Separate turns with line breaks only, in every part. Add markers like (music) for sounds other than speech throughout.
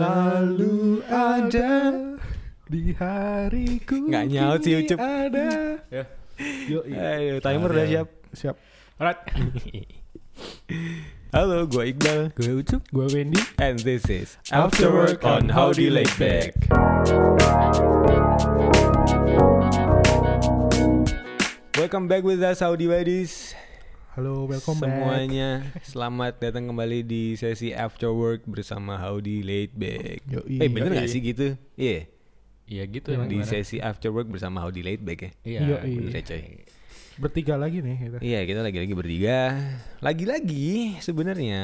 Selalu ada
di hariku.
Nggak nyaut sih, Ucup.
kini Ada.
Ya. Eh.
Yo,
Ayo, timer udah siap.
Siap.
Alright. (laughs) Halo, gue Iqbal. Gue Ucup.
Gue Wendy.
And this is
After Work on Howdy Laid Back.
Welcome back with us Howdy Buddies.
Halo, welcome back.
Semuanya selamat datang kembali di sesi After Work bersama Howdy Laid Back.
Yoi.
Eh bener gak
Yoi.
sih gitu? Iya.
Iya gitu emang
Di
gimana?
sesi After Work bersama Howdy Laid Back ya.
Iya.
Iya, iya.
Bener ya, coy.
Bertiga lagi nih kita.
Iya kita lagi-lagi bertiga. Lagi-lagi sebenarnya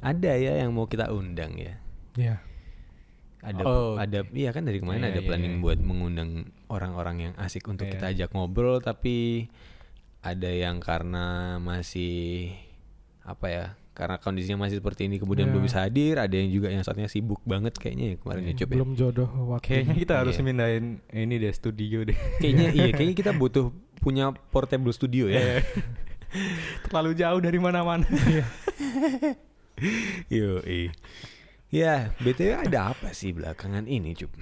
ada ya yang mau kita undang ya.
Iya.
Ada
Oh, oke.
ada iya kan dari kemarin
Iya,
ada
iya,
planning
iya.
buat mengundang orang-orang yang asik untuk
Iya.
kita ajak ngobrol tapi ada yang karena masih apa ya karena kondisinya masih seperti ini kemudian
Iya.
belum bisa hadir ada yang juga yang saatnya sibuk banget kayaknya ya kemarin
Iya,
ya Cup ya.
Belum jodoh
Kayaknya
waktunya.
kita harus
Iya.
mindahin ini deh studio (laughs) deh.
kayaknya iya kayaknya kita butuh punya portable studio
Iya.
(laughs) ya
Terlalu jauh dari mana-mana.
Iya.
Yo, Ya, BTW ada apa sih belakangan ini, Cup?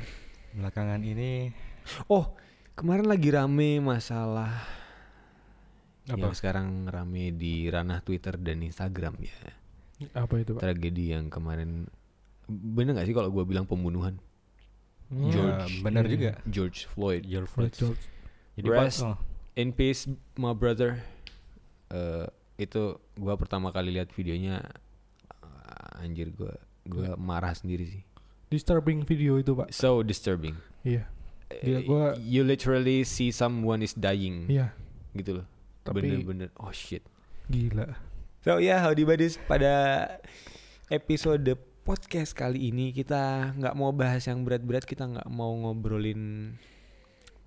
Belakangan ini
Oh, kemarin lagi rame masalah yang
apa?
sekarang rame di ranah Twitter dan Instagram ya.
Apa itu, Pak?
Tragedi yang kemarin bener gak sih kalau gua bilang pembunuhan
Ya,
(laughs) George.
bener
Iya.
juga.
George Floyd?
Your
Fred George.
Jadi
Rest.
pas- oh,
In peace, my brother. Eh, itu gua pertama kali lihat videonya ah, anjir gua gua marah sendiri sih.
Disturbing video itu, Pak.
So disturbing.
Iya. Gila,
Eh,
gua-
you literally see someone is dying
Iya.
gitu loh
Tapi-
bener-bener oh shit
Gila.
so ya howdy buddies pada episode podcast kali ini kita nggak mau bahas yang berat-berat kita nggak mau ngobrolin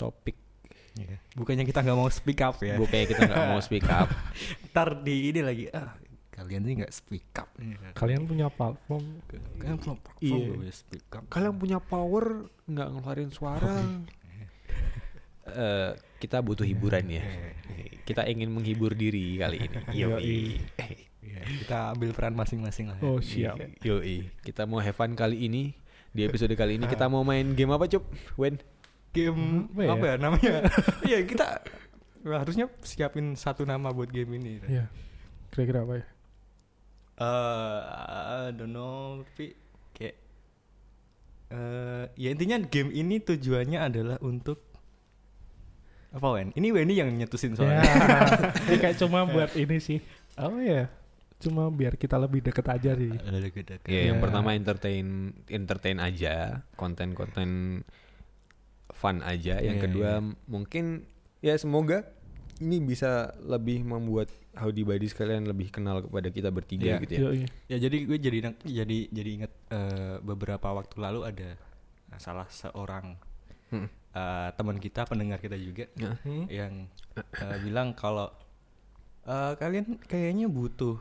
topik
iya. Bukannya kita nggak mau speak up
gitu
ya.
Bukannya kita nggak mau speak
(laughs)
up
Ntar di ini lagi. Ah, kalian sih nggak speak up.
Kalian punya platform
Kalian belum
Iya.
belum boleh speak up.
kalian punya power nggak ngeluarin suara Eh, kita butuh hiburan ya kita ingin menghibur diri kali ini
(laughs) Yoi.
Yoi.
Iya, kita ambil peran masing-masing lah. ya.
Oh, siap.
Yoi, kita mau have fun kali ini. Di episode kali ini kita mau main game apa, Cup? Wen?
Game
Apa ya?
apa ya
(laughs)
namanya? Iya kita harusnya siapin satu nama buat game ini.
Iya. Kira-kira apa ya?
eh I don't know, tapi kayak eh ya intinya game ini tujuannya adalah untuk apa Wen? Ini Wendy yang nyetusin
Ya.
soalnya.
(laughs)
Ini kayak cuma buat ini sih. Oh ya. Cuma biar kita lebih deket aja sih.
Ya,
Iya.
yang pertama entertain entertain aja, konten-konten fun aja. Yang
Iya,
kedua mungkin ya semoga ini bisa lebih membuat Howdy Buddies kalian lebih kenal kepada kita bertiga
Iya.
gitu ya.
Yoi.
Ya jadi gue jadi nang- jadi jadi inget eh, beberapa waktu lalu ada salah seorang
Mm.
eh, teman kita pendengar kita juga
Nah,
Hmm.
yang eh, bilang kalau eh, kalian kayaknya butuh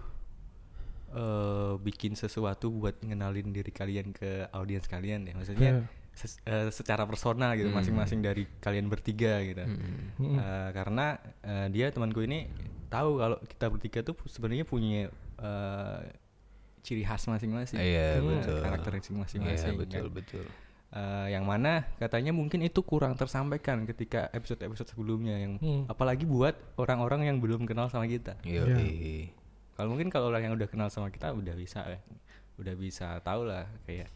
eh, bikin sesuatu buat ngenalin diri kalian ke audiens kalian ya maksudnya
Iya.
ses- eh, secara personal gitu
Hmm.
masing-masing dari kalian bertiga gitu
mm-mm.
Mm-mm.
Eh, karena eh, dia temanku ini tahu kalau kita bertiga tuh pu- sebenarnya punya eh, ciri khas masing-masing
Iya,
Eh,
betul.
karakter masing-masing
Iya,
kan.
betul betul.
Eh, yang mana katanya mungkin itu kurang tersampaikan ketika episode-episode sebelumnya yang
Hmm.
apalagi buat orang-orang yang belum kenal sama kita.
Yoi.
Kalau mungkin kalau orang yang udah kenal sama kita udah bisa ya. udah bisa tahu lah kayak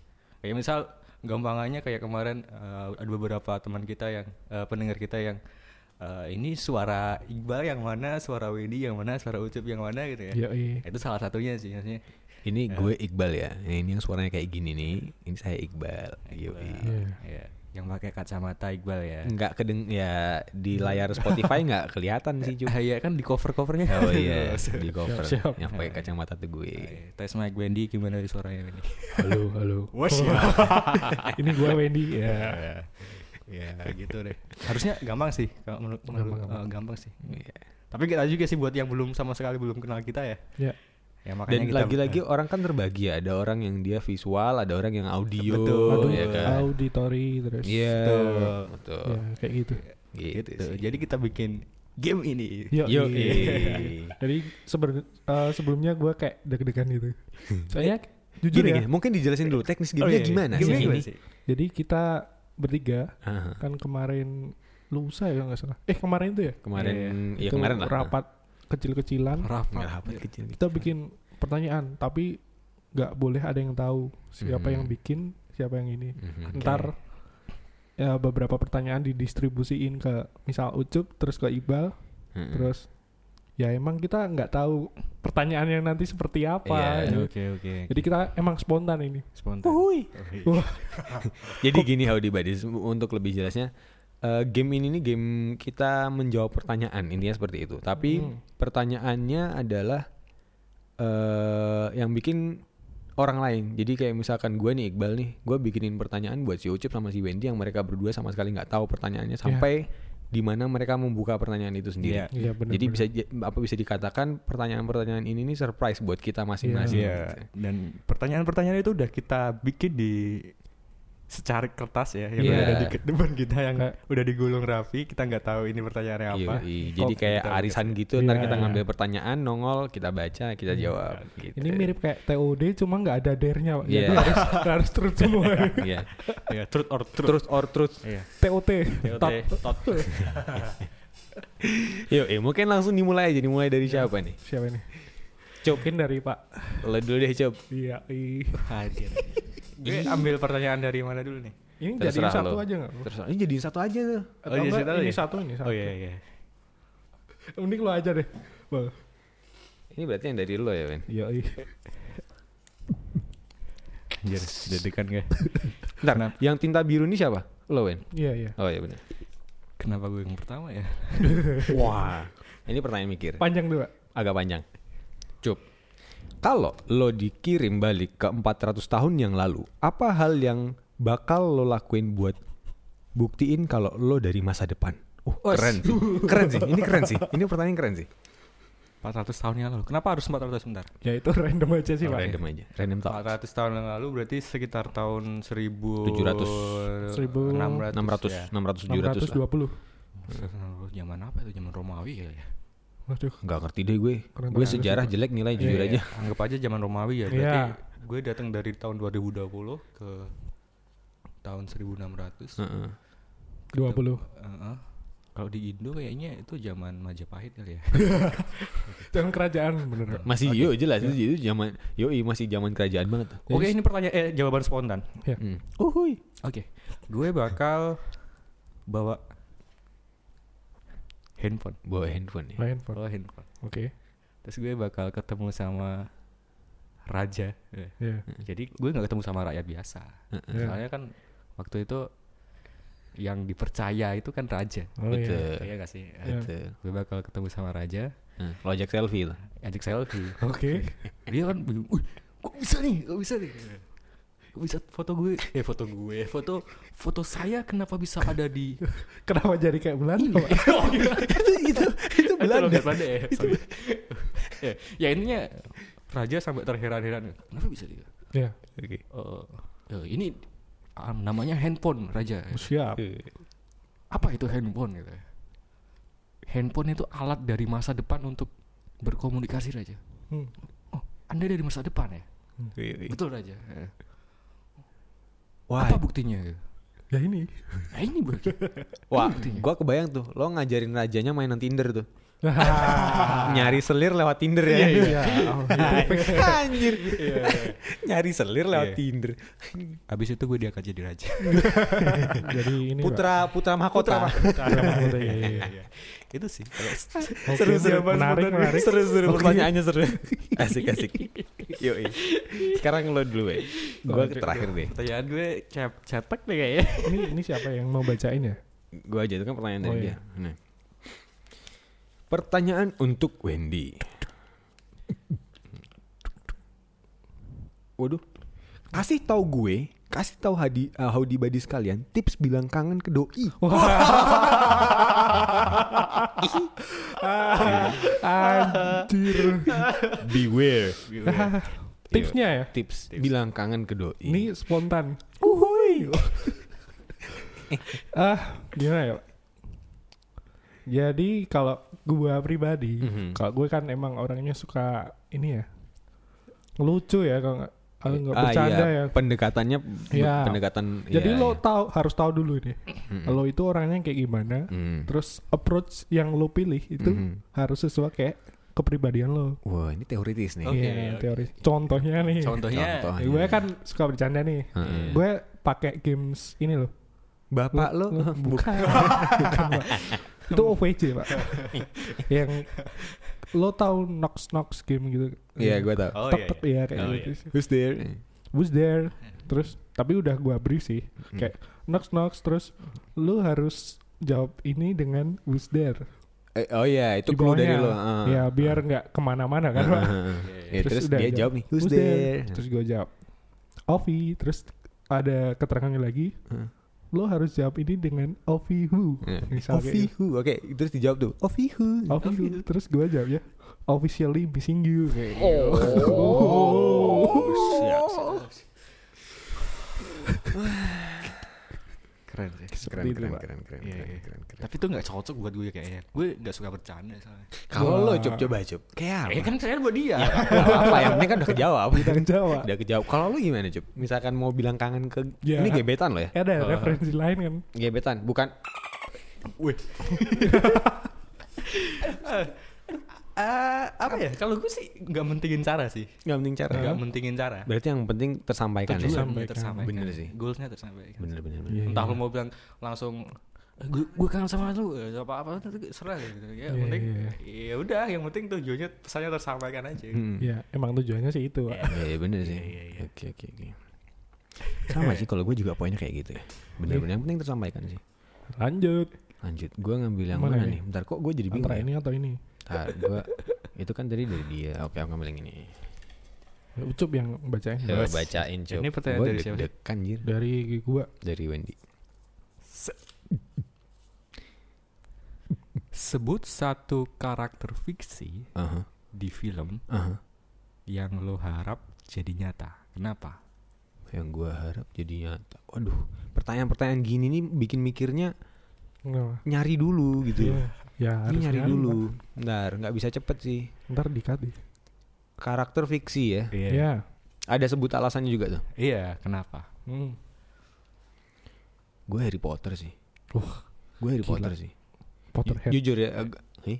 kayak misal gampangannya kayak kemarin eh, ada beberapa teman kita yang eh, pendengar kita yang eh, ini suara Iqbal yang mana, suara Wendy yang mana, suara Ucup yang mana gitu ya.
Yoi.
Itu salah satunya sih maksudnya.
Ini gue Iqbal ya. Ini yang suaranya kayak gini nih. Ini saya Iqbal. Yoi.
Iya.
Ya, yang pakai kacamata Iqbal ya.
nggak kedeng ya di layar Spotify nggak kelihatan sih
(laughs)
cuma
Ah, Iya kan di cover-covernya.
oh
(laughs)
iya di cover
Siap, siap.
yang pakai kacamata tuh gue
Eh, Tes mic Wendy gimana nih suaranya ini?
Halo, halo.
What's
Oh, (laughs) Ini gue Wendy. Ya.
ya gitu deh. (laughs) Harusnya gampang sih kalau menurut
Gampang,
menurut-
gampang.
eh, gampang sih.
Iya.
Tapi kita juga sih buat yang belum sama sekali belum kenal kita ya.
Iya.
Ya.
Ya
dan
makanya kita
lagi-lagi orang kan terbagi ya. ada orang yang dia visual ada orang yang audio
Betul.
ya kan
auditory terus.
iya
Betul.
betul
Ya, kayak gitu.
gitu,
gitu.
sih.
Jadi kita bikin game ini.
Yoi. (laughs)
Yoi.
Jadi seber- eh, sebelumnya gue kayak deg-degan gitu. Soalnya jujur
Hmm.
ya.
gini, gini, mungkin dijelasin dulu teknis
Oh, iya,
gamenya gimana sih
Gamenya
ini?
sih?
Jadi kita bertiga
Aha,
kan kemarin lusa ya nggak salah. Eh kemarin tuh ya?
kemarin, ya
Iya,
Itu
kemarin lah.
Rapat kecil-kecilan.
Nggak
Rapat.
Iya.
rapat kecil.
Kita bikin pertanyaan tapi nggak boleh ada yang tahu siapa
Mhm.
yang bikin, siapa yang ini.
Mhm.
Oke.
Ntar ya beberapa pertanyaan didistribusiin ke misal Ucup terus ke Iqbal
Mhm.
terus ya emang kita nggak tahu pertanyaan yang nanti seperti apa.
Iya,
gitu.
Oke oke.
Jadi kita emang spontan ini.
Spontan.
Wuhui.
Oke.
Jadi gini Howdy Buddies, untuk lebih jelasnya eh, game ini nih game kita menjawab pertanyaan intinya seperti itu. Tapi
Hmm.
pertanyaannya adalah eh yang bikin orang lain. Jadi kayak misalkan gue nih Iqbal nih, gue bikinin pertanyaan buat si Ucup sama si Wendy yang mereka berdua sama sekali nggak tahu pertanyaannya sampai di mana mereka membuka pertanyaan itu sendiri.
Iya.
Iya benar.
Eh, Jadi bisa j- apa bisa dikatakan pertanyaan-pertanyaan ini nih surprise buat kita masing-masing. Gitu.
Iya. Dan pertanyaan-pertanyaan itu udah kita bikin di secara kertas ya
Iya.
yang
Nah.
udah ada di ke- depan kita yang
Kayak-
udah digulung rapi kita nggak tahu ini pertanyaannya apa.
Yoi, Iya, jadi
Kok
kayak
kita-
arisan gitu, ntar
Iya.
kita ngambil pertanyaan, nongol, kita baca, kita jawab. Gitu.
Ini mirip kayak TOD cuma nggak ada dernya pak. Jadi
Iya.
harus harus terus semua.
(laughs) (laughs) Iya.
Iya, truth or truth.
Truth or truth.
Iya.
TOT.
TOT.
Tot.
Tot.
Yuk, eh, mungkin langsung dimulai aja. Dimulai dari
Iya.
siapa nih?
Siapa ini?
Cup.
Mungkin dari Pak.
Lo dulu deh, Cup.
Iya. i-
Hadir. Gue ambil pertanyaan dari mana dulu nih?
Ini jadi
Terserah
satu
lo.
aja nggak?
Terus ini jadiin satu aja
Atau
tuh.
Oh, iya,
enggak,
satu
ini
aja.
satu ini satu.
Oh iya iya.
Mending lo aja deh. Bang.
Ini berarti yang dari lo ya, Wen?
Iya. i.
Anjir, deg-degan gue.
Ntar,
Kenapa?
yang tinta biru ini siapa? Lo, Wen?
Iya iya.
Oh iya
(laughs)
benar.
Kenapa gue yang pertama ya?
Wah. Ini pertanyaan mikir.
Panjang tuh pak.
Agak panjang. Cup. Kalau lo dikirim balik ke 400 tahun yang lalu, apa hal yang bakal lo lakuin buat buktiin kalau lo dari masa depan? Uh, keren sih. Keren sih. Ini keren sih. Ini pertanyaan keren sih.
400 tahun yang lalu. Kenapa harus 400 bentar?
Ya itu random aja sih
Oh,
pak.
random aja. Random tau.
400 tahun yang lalu berarti sekitar tahun 1000
700.
1600 ya.
600, 600, 700 lah.
620.
Zaman apa itu? Zaman Romawi ya?
Waduh.
Nggak ngerti deh gue.
Keren
gue
banget
sejarah jelek nilai jujur aja.
Iya, Anggap aja zaman Romawi ya. Berarti
Iya.
gue datang dari tahun 2020 ke tahun 1600.
Heeh.
20.
Heeh. Kalau di Indo kayaknya itu zaman Majapahit kali ya.
Jangan kerajaan bener. Pak.
Masih yo jelas
Iya.
itu itu zaman yoi masih zaman kerajaan banget. tuh.
Oke, ini pertanyaan eh jawaban spontan.
Hmm.
(laughs) Uhuy.
Oke. Gue bakal bawa handphone.
Bawa handphone ya.
Lain Pak.
Bawa handphone.
Oke.
Terus gue bakal ketemu sama raja. Eh,
Iya.
Jadi gue nggak ketemu sama rakyat biasa.
Iya.
Soalnya kan waktu itu yang dipercaya itu kan raja.
Oh iya.
Betul.
Iya gak sih?
Iya.
Betul.
Gue bakal ketemu sama raja,
Heeh. Lo ajak selfie tuh.
ajak selfie.
Oke.
Dia kan bingung, "Wih, kok bisa nih? Kok bisa nih?" Kok bisa foto gue? Iya. Eh foto gue, foto foto saya kenapa bisa ada (laughs) di
Kenapa jadi kayak Belanda pak?
Oh, iya.
itu itu itu
Itu logat Belanda ya. sorry. (laughs) Eh, ya intinya raja sampai terheran-heran. Kenapa bisa dia?
Iya.
Eh, eh, ini ah, namanya handphone raja.
Oh, Siap.
Apa itu handphone gitu? Handphone itu alat dari masa depan untuk berkomunikasi raja.
Hmm.
Oh, Anda dari masa depan ya?
iya,
Betul raja. Eh,
Wah,
Apa buktinya? gitu?
Ya (laughs) ini.
Nah, ini bukti.
wah, gua kebayang tuh lo ngajarin rajanya mainan Tinder tuh.
Iya. Ah.
Nyari selir lewat Tinder ya.
Iya. oh, iya.
(laughs) Anjir. Nyari selir lewat
Iya.
Tinder.
(laughs) Abis itu gue diangkat jadi raja. (laughs)
Jadi ini Pak.
Putra putra mahkota.
Putra mahkota, iya, iya, iya.
itu (laughs) sih.
Oke,
Seru-seru
menarik menarik.
Seru-seru pertanyaannya seru.
(laughs)
Asik asik. Yoi. Sekarang lo dulu ya. Gua
Oke.
terakhir deh.
Pertanyaan gue cap cetek deh kayaknya.
Ini ini siapa yang mau bacain ya?
Gua aja itu kan pertanyaan
Oh,
dari
iya.
dia. Nah. Pertanyaan untuk Wendy. Waduh. Kasih tahu gue, kasih tahu Hadi eh, Howdy Buddy sekalian tips bilang kangen ke doi.
Anjir.
Beware.
Tipsnya ya.
Tips, bilang kangen ke doi.
Ini spontan. Uhuy. (laughs) ah, gimana ya? Pak? Jadi kalau gua pribadi,
Mhm.
kalau gue kan emang orangnya suka ini ya. Lucu ya kalau nggak- Ah, nggak
Ah,
bercanda
iya.
ya.
Pendekatannya
Iya.
pendekatan
Jadi
iya,
lo
iya. Mhm.
tahu harus tahu dulu nih.
Hmm.
Lo itu orangnya kayak gimana?
Mm.
Terus approach yang lo pilih itu
Mhm.
harus sesuai kayak kepribadian lo.
Wah, ini teoritis nih.
Oke,
Iya,
oke.
teori. Contohnya nih.
(laughs) Contohnya
Contoh.
Ya, gue kan suka bercanda nih.
Heeh.
Gue pakai games ini loh.
Bapak lo,
bukan. bukan, Pak. Itu OVJ,
(laughs)
Pak. yang lo tahu Nox Nox game gitu.
Iya, gue tau.
Oh
Tek,
iya.
tek,
iya.
iya, kayak
Oh,
gitu
iya.
sih.
Who's there?
Who's there? Terus tapi udah gua beri sih.
Hmm.
Kayak Nox Nox terus lu harus jawab ini dengan who's there.
Eh, oh iya,
Di
itu clue dari lo.
bawahnya.
ah.
Ya biar nggak kemana-mana kan,
Ah,
Pak.
ah, ah.
iya, (laughs)
Ya, terus,
udah
dia jawab nih, who's there?
Terus gue jawab, Ovi. Terus ada keterangannya lagi,
Heeh.
lo harus jawab ini dengan Ovi who.
Iya.
Misal kayak gitu. Oh,
Ovihu, oke, terus dijawab tuh, Ovihu.
Ovi who. Terus gue jawab ya, officially missing you. Kayak gitu.
Oh. Siap, Oh, siap, siap. Keren sih.
Keren,
Seperti itu,
keren,
Pak.
keren, keren,
Iya,
keren,
iya.
keren, keren.
Tapi itu nggak cocok buat gue kayaknya. Gue nggak suka bercanda soalnya.
Kalau lo
Wah.
coba coba Cup. Kayak apa?
Eh
(laughs)
kan saya buat dia. (laughs)
apa yang penting kan udah
(laughs)
kejawab.
Bidang Jawa.
udah kejawab. Kalau lu gimana, Cup? Misalkan mau bilang kangen ke
Ya.
ini gebetan lo ya?
Ada
Oh.
referensi lain kan?
Gebetan, bukan
Wih. Eh, apa ya? Kalau gue sih nggak mentingin cara sih.
nggak penting cara.
Nggak mentingin cara.
Berarti yang penting tersampaikan ya.
Tujuannya
Tersampaikan.
tersampaikan.
Bener sih.
Goalsnya tersampaikan.
Bener bener. bener.
Iya,
Entah
iya.
lu mau bilang langsung "Eh, gue gue kangen sama lu eh, apa apa serah gitu ya yang
Iya,
penting
iya,
ya udah yang penting tujuannya pesannya tersampaikan aja
Hmm.
Ya, emang tujuannya sih itu. Pak.
Iya iya, bener sih.
Iya, iya.
Oke oke oke. Sama sih kalau gue juga poinnya kayak gitu ya. Bener bener yang penting tersampaikan sih.
Lanjut.
Lanjut, gue ngambil yang
Mana
mana,
ini?
nih? Bentar kok gue jadi bingung.
Antara
ya?
ini atau ini?
Bentar, gue itu kan tadi dari dia. Oke, aku ngambil yang ini.
Ya, Ucup yang bacain.
Coba
Yes.
bacain Cup.
Ini pertanyaan
Gua
dari siapa?
deg-degan, jir.
Dari gua.
Dari Wendy.
sebut satu karakter fiksi
Aha,
di film
aha.
yang lo harap jadi nyata kenapa
Yang gue harap jadi nyata. Waduh, pertanyaan-pertanyaan gini nih bikin mikirnya
Nggak.
nyari dulu gitu.
Ya, ya
Ini
harus
nyari
nyari,
dulu.
Pak.
Bentar, nggak bisa cepet sih.
Ntar dikat ya.
Karakter fiksi ya.
iya
Ya.
Ada sebut alasannya juga tuh.
iya kenapa
Hmm.
Gue Harry Potter sih.
Wah,
Gue Harry
Gila.
Potter sih. Ju-
Potterhead.
Jujur ya. ag- Hih?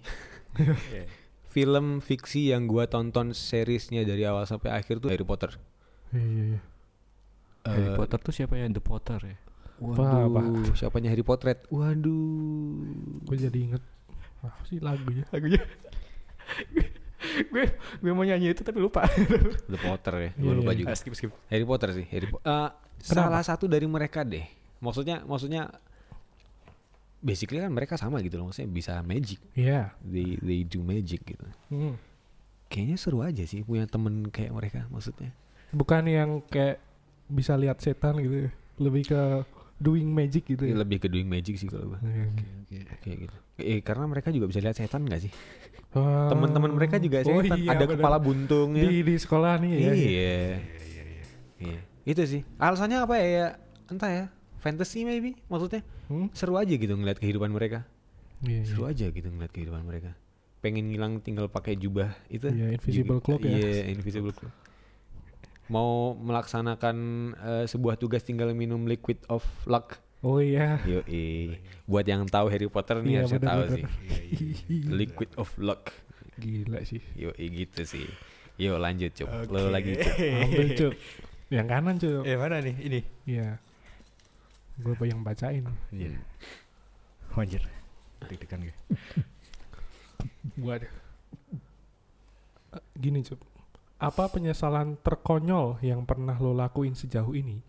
(laughs) Film fiksi yang gue tonton seriesnya dari awal sampai akhir tuh Harry Potter.
Iya, iya, iya.
Harry
Eh,
Potter tuh siapa ya The Potter ya
Waduh,
apa?
siapanya Harry Potter? Waduh.
Gue jadi inget apa sih lagunya?
lagunya (laughs) gue gue mau nyanyi itu tapi lupa Ah,
The Potter ya, gue
Iya,
lupa
iya.
juga.
skip skip
Harry Potter sih, Harry Po- Eh, salah satu dari mereka deh. Maksudnya, maksudnya, basically kan mereka sama gitu loh. Maksudnya bisa magic,
Iya.
they they do magic gitu.
Hmm.
Kayaknya seru aja sih punya temen kayak mereka. Maksudnya,
Bukan yang kayak bisa lihat setan gitu. ya. Lebih ke doing magic gitu. Ya.
Iya, lebih ke doing magic sih kalau gue.
Iya.
Kayak gitu. Eh, karena mereka juga bisa lihat setan gak sih?
Ah.
Teman-teman mereka juga
Oh
setan.
iya,
Ada
bener.
kepala buntung ya.
di di sekolah nih ya.
Iya. Iya. Iya. Itu sih. Alasannya apa ya? ya? Entah ya. Fantasy maybe maksudnya.
Hmm?
Seru aja gitu ngeliat kehidupan mereka.
Iya, iya.
Seru aja gitu ngeliat kehidupan mereka. Pengen ngilang tinggal pakai jubah itu.
Iya, invisible
Juga-
cloak ya.
Iya, invisible cloak. Mau melaksanakan eh, sebuah tugas tinggal minum liquid of luck.
Oh iya.
Yo, buat yang tahu Harry Potter nih
(laughs) Iya,
harusnya tahu
benar-benar.
sih. Liquid of luck.
Gila sih.
Yo, gitu sih. Yo, lanjut, Cuk. Lo lagi, Cuk.
Ambil cup. Yang kanan cup.
eh mana nih ini
Iya. Gue yang bacain.
Iya.
Hmm.
Wajar. Oh, Deg-degan gue.
Waduh. Eh, Gini cup. Apa penyesalan terkonyol yang pernah lo lakuin sejauh ini?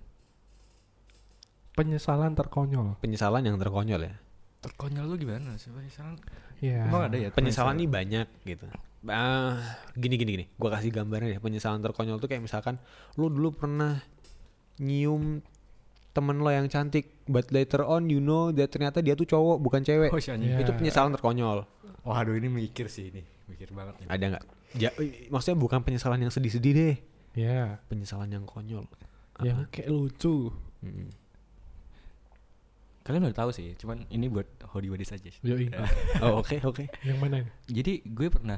Penyesalan terkonyol.
Penyesalan yang terkonyol ya.
Terkonyol lu gimana sih? Penyesalan.
Iya.
Emang ada ya?
penyesalan nih banyak gitu. Ah, gini gini gini, gua kasih gambaran ya penyesalan terkonyol tuh kayak misalkan lu dulu pernah nyium temen lo yang cantik, but later on you know that ternyata dia tuh cowok bukan cewek.
Oh, si anjing.
Iya.
Itu penyesalan terkonyol.
Waduh ini mikir sih ini. Mikir banget nih.
Ada nggak? Ja- maksudnya bukan penyesalan yang sedih-sedih deh,
Iya.
penyesalan yang konyol.
Yang
Ah.
kayak lucu.
Mm.
Kalian udah tahu sih, cuman ini buat hodi hodi saja. sih.
Yoi.
Oh, oke oke.
yang mana ini?
Jadi gue pernah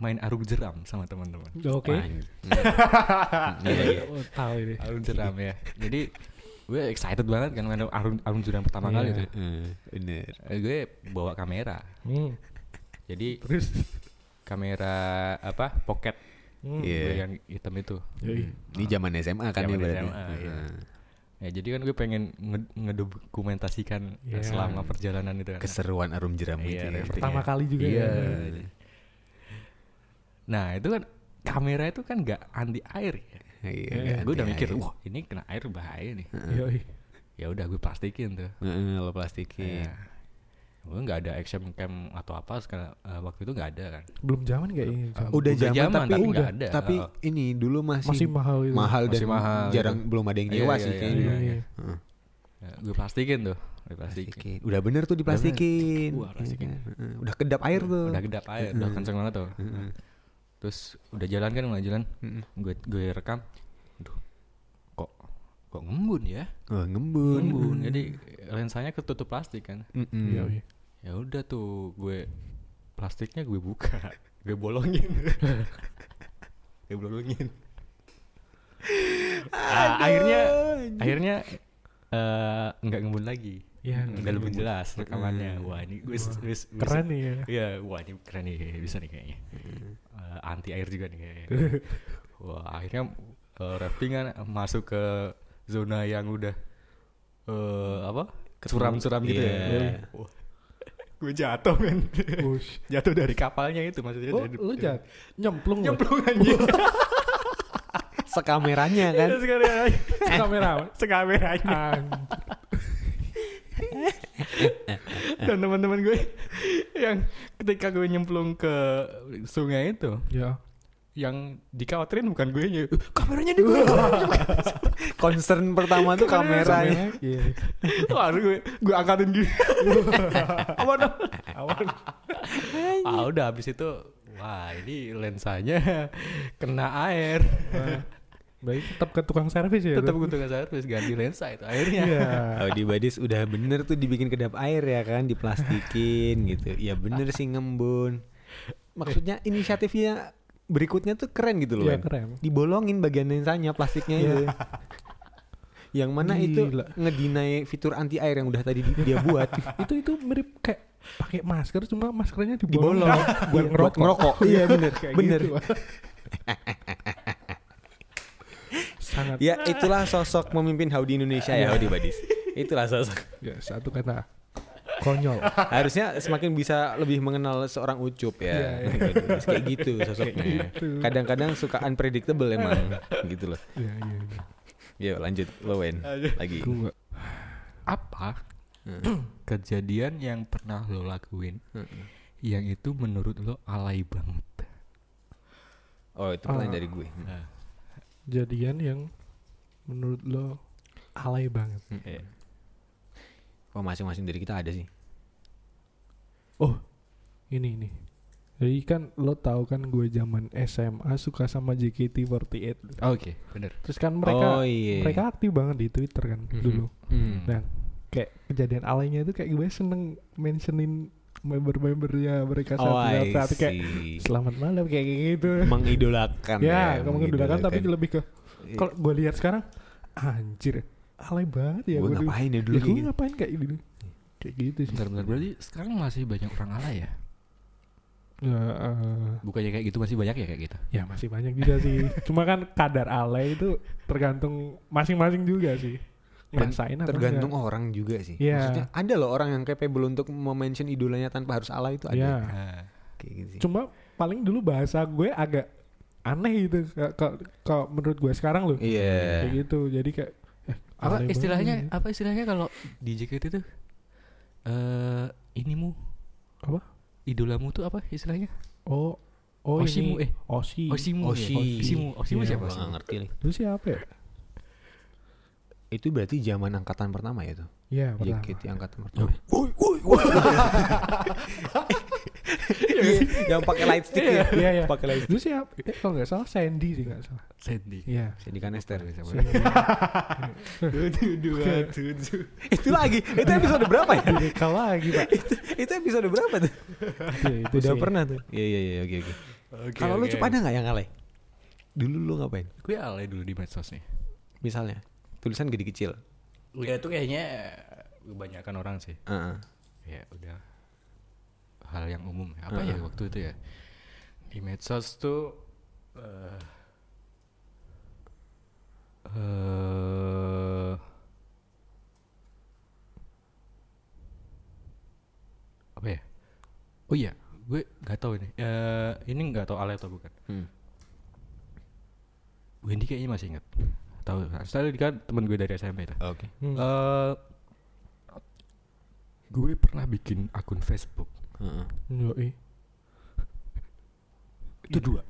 main arung jeram sama teman-teman.
Oke.
Iya, iya.
(laughs) Oh, Tahu ini.
Arung jeram ya. Jadi gue excited banget kan main arung arung jeram pertama
Iya.
kali itu.
Bener.
Eh, Gue bawa kamera.
Hmm.
Jadi
Terus.
kamera apa? Pocket
Hmm.
Iya.
gue yang hitam itu.
Yoi.
Hmm.
Ini zaman SMA kan ya
Zaman
berarti.
SMA, iya.
Eh,
Heeh.
Ya, jadi kan gue pengen nge- ngedokumentasikan
Iya.
selama perjalanan itu kan.
Keseruan arum jeram
gitu
itu.
Iya,
ya.
Pertama kali juga.
Iya.
ya.
Nah, itu kan kamera itu kan nggak anti air ya.
Iya.
Iya.
kan?
ganti
gue udah mikir,
air.
wah ini kena air bahaya nih.
Yoi.
Ya udah gue plastikin tuh.
Heeh, lo plastikin.
Iya. Gue nggak ada action cam atau apa sekarang eh, waktu itu nggak ada kan.
Belum zaman kayak ini. zaman.
Ah, Udah zaman, tapi
nggak
udah.
ada.
Tapi
Oh.
ini dulu masih
Masih mahal itu.
mahal
Masih
dan
mahal,
jarang
gitu.
belum ada yang
Iya,
nyewa
iya,
sih
iya,
kayaknya.
Iya, iya.
Heeh,
Ya, gue plastikin tuh, gue plastikin.
plastikin. Udah bener tuh diplastikin.
Wah,
Iya
plastikin.
kan? Heeh, Udah kedap air tuh.
gitu. Udah gedap air, udah kenceng banget tuh.
Heeh.
Terus udah jalan kan mulai jalan,
Mm-mm.
gue gue rekam. Aduh, kok kok ngembun ya?
Oh, ngembun.
Ngembun. Jadi lensanya ketutup plastik kan.
Mm-mm.
Yoi.
Ya udah tuh gue plastiknya gue buka, (laughs) gue bolongin. (laughs) gue bolongin. Ah, akhirnya akhirnya eh, nggak ngembun lagi.
Iya,
udah lebih jelas rekamannya. Wah, ini gue s- gue s- gue s-
Keren nih ya.
Iya, wah ini keren nih, bisa nih kayaknya.
Hmm.
Eh, anti air juga nih
(laughs)
kayaknya. wah, akhirnya eh, rafting kan masuk ke zona yang udah eh apa? Curam-curam gitu
Iya.
ya. Wah. Gue jatuh men.
Ush.
jatuh dari kapalnya itu maksudnya
Oh,
dari
lu jat nyemplung lu.
Iya, nyemplung anjing.
(laughs) sekameranya kan.
Sekarang
(laughs) kamera.
iya.
Ah.
sekameranya. Dan teman-teman gue yang ketika gue nyemplung ke sungai itu,
Ya.
yang dikhawatirin bukan gue nya kameranya di gue
Concern pertama tuh kameranya.
Iya.
lalu gue gue angkatin (laughs) gini aman dong (laughs) aman ah udah habis itu wah ini lensanya kena air
Baik, tetap ke tukang servis ya.
tetap (laughs)
tuh.
gue tukang servis ganti lensa itu akhirnya
Iya.
Audi Badis udah bener tuh dibikin kedap air ya kan,
(laughs)
diplastikin gitu. Ya bener sih ngembun. Maksudnya inisiatifnya berikutnya tuh keren gitu loh.
Iya,
Wen.
keren. Iya.
Dibolongin bagian lensanya plastiknya itu. (laughs) Yang mana itu
Gila.
ngedinai fitur anti air yang udah tadi di- dia
(laughs)
buat.
itu itu mirip kayak pakai masker cuma maskernya dibolong,
Dibolong
buat ngerokok.
(laughs) Iya bener,
Kayak
bener.
gitu. Sangat ya.
Ya itulah sosok memimpin Howdy Indonesia
Iya.
ya Howdy
(laughs)
Badis. Itulah sosok.
ya, satu kata konyol.
Harusnya semakin bisa lebih mengenal seorang Ucup
Iya,
ya.
iya.
Kayak gitu sosoknya.
gitu.
Kadang-kadang suka unpredictable emang gitu loh.
Iya iya. iya.
Yuk lanjut lo Wen lagi.
Gua
apa (clears throat) kejadian yang pernah lo lakuin
Hmm.
yang itu menurut lo alay banget
Oh itu
Ah.
pertanyaan dari gue.
Nah.
jadian yang menurut lo alay banget.
Iya.
Oh masing-masing dari kita ada sih.
Oh, ini ini. Jadi kan lo tahu kan gue zaman SMA suka sama JKT48.
Ah, oke bener
Terus kan mereka
oh iya.
mereka aktif banget di Twitter kan
Mhm.
dulu.
Hmm.
Nah, kayak kejadian alaynya itu kayak gue seneng mentionin member-membernya mereka satu
Oh I
satu kayak
see.
selamat malam kayak gitu.
Mengidolakan.
ya, kamu
gitu
kan tapi
mengidolakan.
lebih ke
Iya.
kalau gue lihat sekarang anjir alay banget ya
gue
gue dulu.
ngapain ya dulu
Ya,
kayak
gue
gitu?
ngapain kayak gini? Kayak gitu sih.
bentar-bentar berarti sekarang masih banyak orang alay ya
Ya, eh,
bukannya kayak gitu masih banyak ya kayak gitu
ya masih banyak juga sih. Cuma kan kadar alay itu tergantung masing-masing juga sih.
Dan
Ngerasain apa
tergantung
enggak.
orang juga sih.
Iya.
Maksudnya ada loh orang yang capable untuk mention idolanya tanpa harus ala itu
Ya.
ada.
Nah.
Kayak gitu sih.
Cuma paling dulu bahasa gue agak aneh gitu ke- ke- kalau menurut gue sekarang loh.
Iya.
Kayak gitu. Jadi kayak eh,
apa
alay
istilahnya
banget.
apa istilahnya kalau di JKT itu eh ini mu
Apa?
idolamu tuh apa istilahnya
Oh, oh
Osimu,
ini
eh.
Osi.
osimu
Oshi.
ya? osimu osimu
Iya,
siapa
Gua
sih
nggak ngerti nih.
Itu siapa ya?
Itu berarti zaman angkatan pertama ya tuh.
Iya, pertama.
JKT angkatan
(laughs)
pertama. Woi woi woi. Yang pakai light stick ya.
Iya, iya.
Pakai light
Itu siapa? Eh, kalau nggak salah Sandy sih nggak salah.
Sandy
(laughs)
Iya.
Jadi kanester.
Sandy.
dua tujuh
(laughs) itu lagi. Itu episode berapa ya?
Direkal lagi, Pak.
itu episode berapa tuh?
Iya, itu
Udah
sih.
pernah tuh. Iya iya iya oke oke.
Oke,
Kalau lu
oke.
cup ada nggak yang alay? Dulu lu ngapain?
Gue alay dulu di medsos nih.
Misalnya tulisan gede kecil.
Ya itu kayaknya eh, kebanyakan orang sih.
Heeh.
Ya udah hal yang umum. ya. Apa ya waktu itu ya? Di medsos tuh eh eh, apa ya? Oh iya, gue nggak tahu ini. Eh ini nggak tahu alay atau bukan.
Hmm.
Wendy kayaknya masih inget. Tahu, Astral kan teman gue dari SMP itu.
Oke.
Oh,
Eh, gue pernah bikin akun Facebook.
Heeh.
Yoi. (laughs)
Itu dua.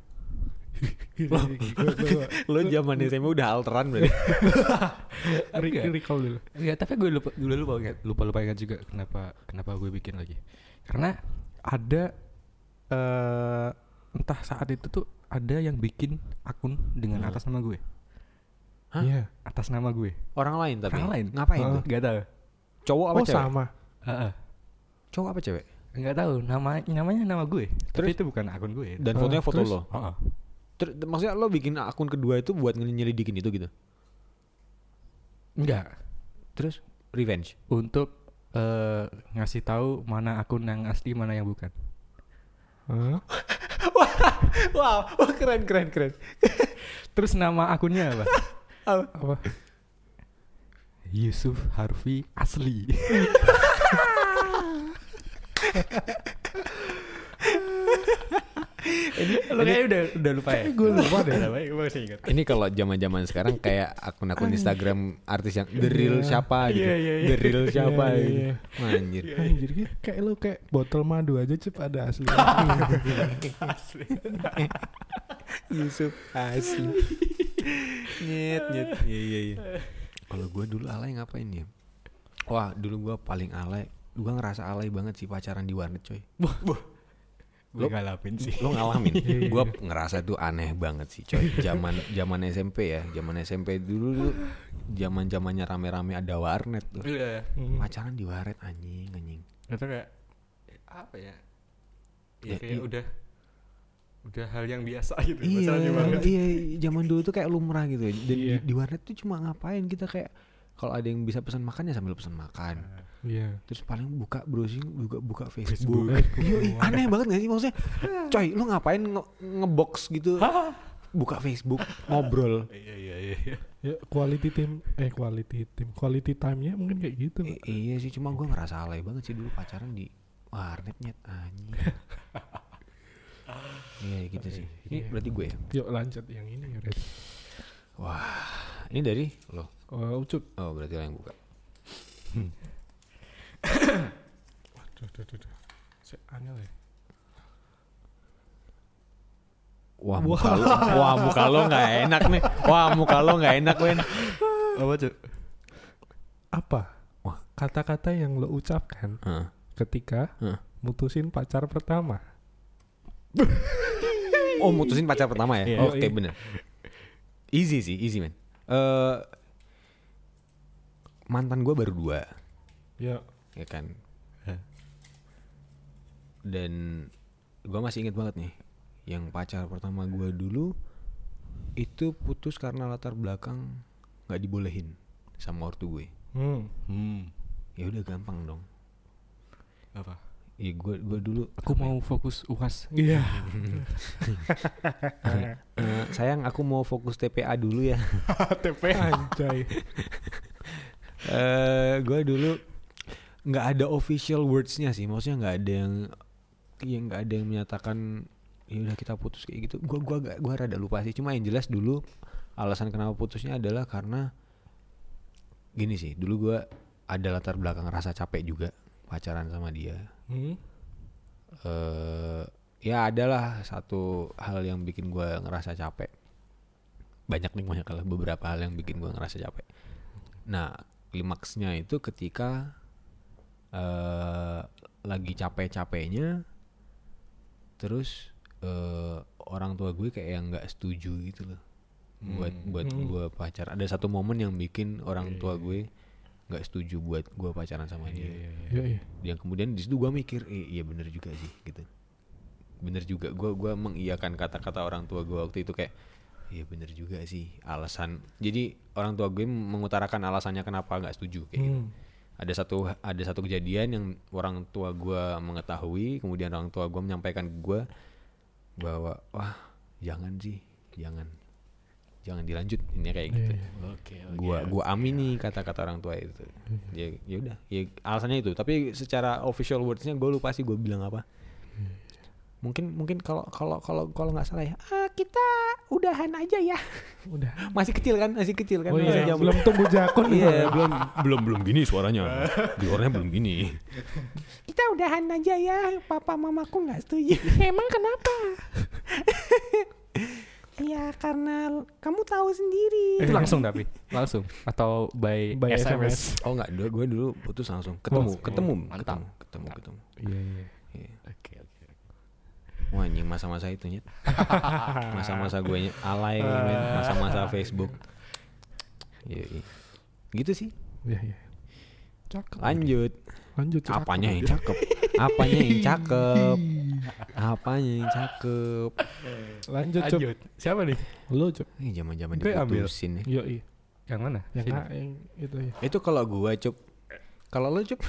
Lo zaman SMA udah alteran (laughs) berarti.
Re- Recall dulu.
Iya, tapi gue lupa gue lupa ingat, lupa lupa ingat juga kenapa kenapa gue bikin lagi. Karena ada eh entah saat itu tuh ada yang bikin akun
Hmm.
dengan atas nama gue.
Hah?
Iya.
Atas nama gue.
Orang lain tapi.
Orang lain.
Ngapain tuh?
Gak tahu.
Cowok apa
Oh
cewek?
sama.
Heeh.
Cowok apa cewek?
Nggak tahu nama namanya nama gue. Tapi itu bukan akun gue.
Dan
Ah,
fotonya foto
terus?
lo.
Heeh.
Ter- maksudnya lo bikin akun kedua itu buat nyelidikin itu gitu.
Enggak.
Terus revenge.
untuk eh, ngasih tahu mana akun yang asli mana yang bukan.
Hah?
wow, (laughs) wah keren keren keren.
Terus nama akunnya apa?
Apa?
Yusuf Harfi asli. (laughs) ini lo kayaknya udah udah lupa ya? Gue lupa deh. Gue masih ingat.
Ini kalau zaman-zaman sekarang kayak akun-akun Instagram artis yang the real siapa gitu.
Iya, iya, iya.
The real siapa
Iya, iya,
gitu.
iya.
Anjir.
Anjir kayak- kayak lu kayak botol madu aja cep ada asli.
Yusuf asli. nyet nyet. Iya iya iya. Kalau gue dulu alay ngapain ya? Wah dulu gue paling alay. Gue ngerasa alay banget sih pacaran di warnet coy.
Gue ngalamin sih.
Lo ngalamin? gue ngerasa itu aneh banget sih coy. Zaman zaman SMP ya. Zaman SMP dulu tuh zaman zamannya rame-rame ada warnet tuh.
Iya.
Hmm.
Pacaran di warnet anjing anjing.
Itu kayak apa ya?
Ya,
Ya, kayak
iya.
udah udah hal yang biasa gitu.
Iya,
masalahnya banget.
iya, zaman dulu tuh kayak lumrah gitu. ya. Dan
Iya.
di, di warnet tuh cuma ngapain kita kayak kalau ada yang bisa pesan makan ya sambil pesan makan.
Iya.
Terus paling buka browsing, buka buka Facebook. (laughs) Yoi, aneh banget gak sih maksudnya? Coy, lu ngapain nge- ngebox gitu? Buka Facebook, ngobrol.
Iya iya iya. iya.
Ya, quality team eh quality team quality time-nya mungkin kayak gitu.
I- iya sih, cuma gua ngerasa alay banget sih dulu pacaran di warnet nyet anjing. Iya gitu sih. Ini berarti gue ya.
Yuk lanjut yang ini ya. Red.
Wah, ini dari lo.
Oh, Ucup.
Oh, berarti lo yang buka.
Aduh, aduh, aduh, aduh. Saya angel ya.
Wah muka lo, wah muka lo nggak enak nih. Wah muka lo nggak enak Wen.
Apa tuh?
Apa?
Wah.
Kata-kata yang lo ucapkan
Heeh.
ketika
Heeh.
mutusin pacar pertama.
Oh mutusin pacar pertama ya?
Iya.
Oke bener. Easy sih, easy man. Eh, mantan gue baru dua,
Ya.
ya kan.
Hah.
Dan gue masih inget banget nih, yang pacar pertama gue dulu itu putus karena latar belakang nggak dibolehin sama ortu gue.
Hmm.
Hmm.
Ya udah gampang dong.
Apa?
Ya gue gue dulu
Aku mau fokus UAS.
Iya.
eh, sayang aku mau fokus TPA dulu ya. (laughs)
Anjay.
eh gue dulu nggak ada official words-nya sih maksudnya nggak ada yang yang nggak ada yang menyatakan ya udah kita putus kayak gitu gue gua agak gua rada lupa sih cuma yang jelas dulu alasan kenapa putusnya adalah karena gini sih dulu gue ada latar belakang rasa capek juga pacaran sama dia
Hmm.
eh ya adalah satu hal yang bikin gue ngerasa capek banyak nih banyak lah beberapa hal yang bikin gue ngerasa capek nah klimaksnya itu ketika eh lagi capek-capeknya terus eh orang tua gue kayak yang nggak setuju gitu loh buat buat
Hmm. Iya,
gue pacar ada satu momen yang bikin orang tua gue nggak setuju buat gue pacaran sama dia
Yoi.
iya yang kemudian di situ gue mikir eh, iya bener juga sih gitu bener juga gua gua mengiyakan kata-kata orang tua gua waktu itu kayak iya bener juga sih alasan jadi orang tua gue mengutarakan alasannya kenapa nggak setuju kayak gitu
Hmm.
ada satu ada satu kejadian yang orang tua gua mengetahui kemudian orang tua gua menyampaikan ke gue bahwa wah jangan sih jangan jangan dilanjut ini kayak gitu
Oke,
gua gua amini kata-kata orang tua itu ya ya udah ya alasannya itu tapi secara official wordsnya gue lupa sih gue bilang apa Hmm. mungkin mungkin kalau kalau kalau kalau nggak salah ya "Ah, kita udahan aja ya
Udah.
(laughs) masih kecil kan masih kecil kan
Oh
masih
iya,
jam-
belum tumbuh jakun.
Iya, (laughs) belum belum belum gini suaranya. Di orangnya belum gini. (laughs) Kita udahan aja ya, papa mamaku nggak (laughs) setuju. Emang kenapa? ya karena kamu tahu sendiri.
Eh, Itu langsung tapi langsung atau by,
By
SMS.
Oh nggak, dulu- gue dulu putus langsung ketemu,
Oh,
ketemu,
mantap.
ketemu, ketemu, ketemu.
Iya, iya.
Oke, oke.
Wah anjing masa-masa itu nyet. Masa-masa gue alay, men. masa-masa Facebook. Iya, iya. gitu sih.
Iya, iya.
Lanjut.
Lanjut. Cak.
Apanya yang cakep? Apanya yang cakep? Apanya yang cakep?
Lanjut, Cuk.
Lanjut. Siapa nih?
Lu, Cuk.
Ini zaman-zaman
Gue ambil.
diputusin ya.
Yo, iya.
Yang mana?
Yang
Sini.
A, yang itu ya.
Itu kalau gua cup. Kalau lu cup.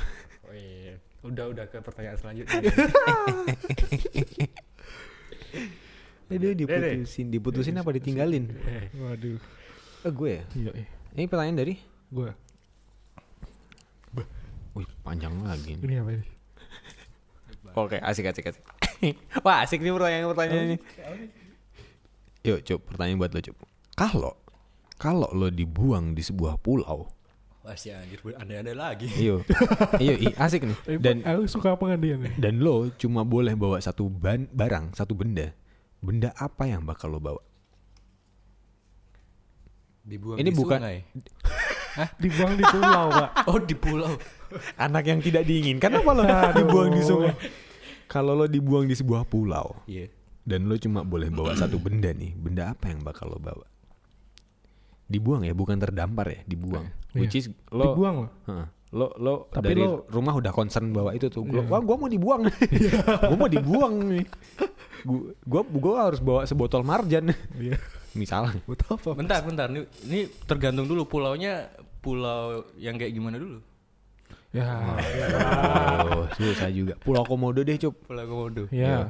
Oh, iya. Udah udah ke pertanyaan selanjutnya. (laughs)
Aduh diputusin, diputusin apa ditinggalin?
Waduh.
Eh gue ya.
Yo, iya.
Ini pertanyaan dari
Gua.
Wih, panjang lagi. nih.
Ini apa ini?
Oke, asik asik asik. (coughs) Wah, asik nih pertanyaan pertanyaan ini. Yuk, cup, pertanyaan buat lo cup. Kalau kalau lo dibuang di sebuah pulau,
Wah, si anjir aneh-aneh lagi.
(laughs) iyo, iyo, i- iya, asik nih.
Eh,
Dan
aku suka pengandian nih.
dan lo cuma boleh bawa satu ban, barang, satu benda. Benda apa yang bakal lo bawa?
Dibuang
Ini
di
bukan-
(laughs)
sungai.
Dibuang di pulau, Pak.
Oh, di pulau.
Anak yang tidak diinginkan apa lo dibuang di sungai? Kalau lo dibuang di sebuah pulau
Iya.
dan lo cuma boleh bawa satu benda nih, benda apa yang bakal lo bawa? Dibuang ya, bukan terdampar ya, dibuang.
Iya.
Which is lo
Dibuang loh.
Heeh. lo lo
Tapi
dari
lo-
rumah udah concern bawa itu tuh. Gua,
Iya.
Wah, gua mau
(laughs)
dibuang. gua mau dibuang nih. Gua, gua gua harus bawa sebotol marjan. (laughs)
Iya.
Misalnya.
Buat apa?
bentar, bentar. Ini, ini tergantung dulu pulaunya pulau yang kayak gimana dulu?
Ya.
Oh, susah juga. Pulau Komodo deh, Cup.
Pulau Komodo.
Ya.
Iya.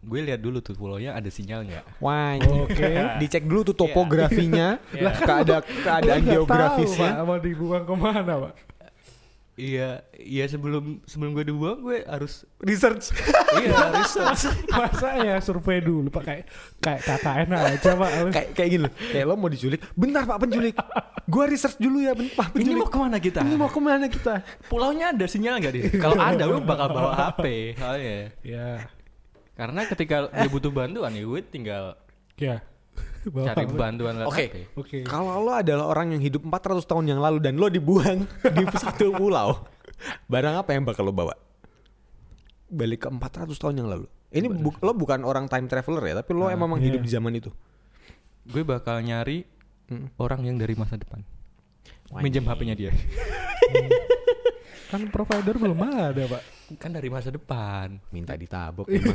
Gue lihat dulu tuh pulaunya ada sinyal nggak?
Wah,
Oke. Iya.
dicek dulu tuh topografinya, keada-
Nggak tahu,
keadaan geografisnya.
Pak, mau dibuang kemana, Pak?
Iya, iya sebelum sebelum gue dibuang gue (laughs) harus
Research.
iya research.
(laughs) Masa ya survei dulu, Pak. Kayak kayak KKN aja, Pak.
kayak kayak gini loh. Kayak lo mau diculik, bentar Pak penculik. Gua research dulu ya, bentar, Pak
Ini
penculik.
mau kemana kita?
Ini mau kemana kita?
Pulaunya ada sinyal (laughs) nggak dia? Kalau ada lu bakal bawa HP. Oh iya.
Ya.
Karena ketika dia butuh bantuan ya gue tinggal
(laughs)
Ya. Bawa
cari
Pak.
bantuan lewat
Oke.
HP.
Oke.
Kalau lo adalah orang yang hidup 400 tahun yang lalu dan lo dibuang (laughs) di satu pulau, barang apa yang bakal lo bawa? Balik ke 400 tahun yang lalu. Ini bu- lo bukan orang time traveler ya, tapi lo emang
iya.
hidup di zaman itu.
Gue bakal nyari orang yang dari masa depan. Minjem HP-nya dia.
Kan provider belum ada,
(laughs)
Pak.
(laughs) Kan dari masa depan.
Minta ditabok emang.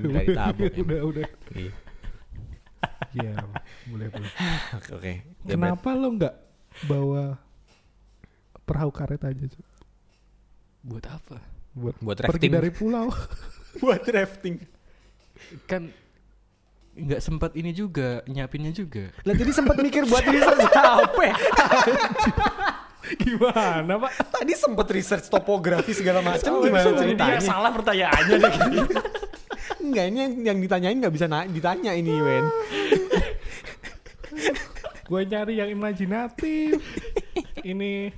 Minta ditabok emang. (laughs)
udah, udah.
Iya.
Iya, Pak. boleh, boleh.
Oke. oke. Ya, Brad.
Kenapa lo nggak bawa perahu karet aja Cuk?
Buat apa?
buat
Buat
pergi
rafting.
dari pulau? (laughs)
Buat drafting.
Kan nggak sempat ini juga nyiapinnya juga.
Lah jadi sempat mikir buat research ya? HP.
Gimana, Pak?
Tadi sempat research topografi segala macam
Salah,
gimana
salah.
ceritanya?
salah pertanyaannya
(laughs)
deh.
Enggak ini yang, yang ditanyain nggak bisa na- ditanya ini Wen.
Gue nyari yang
(laughs)
imajinatif. Ini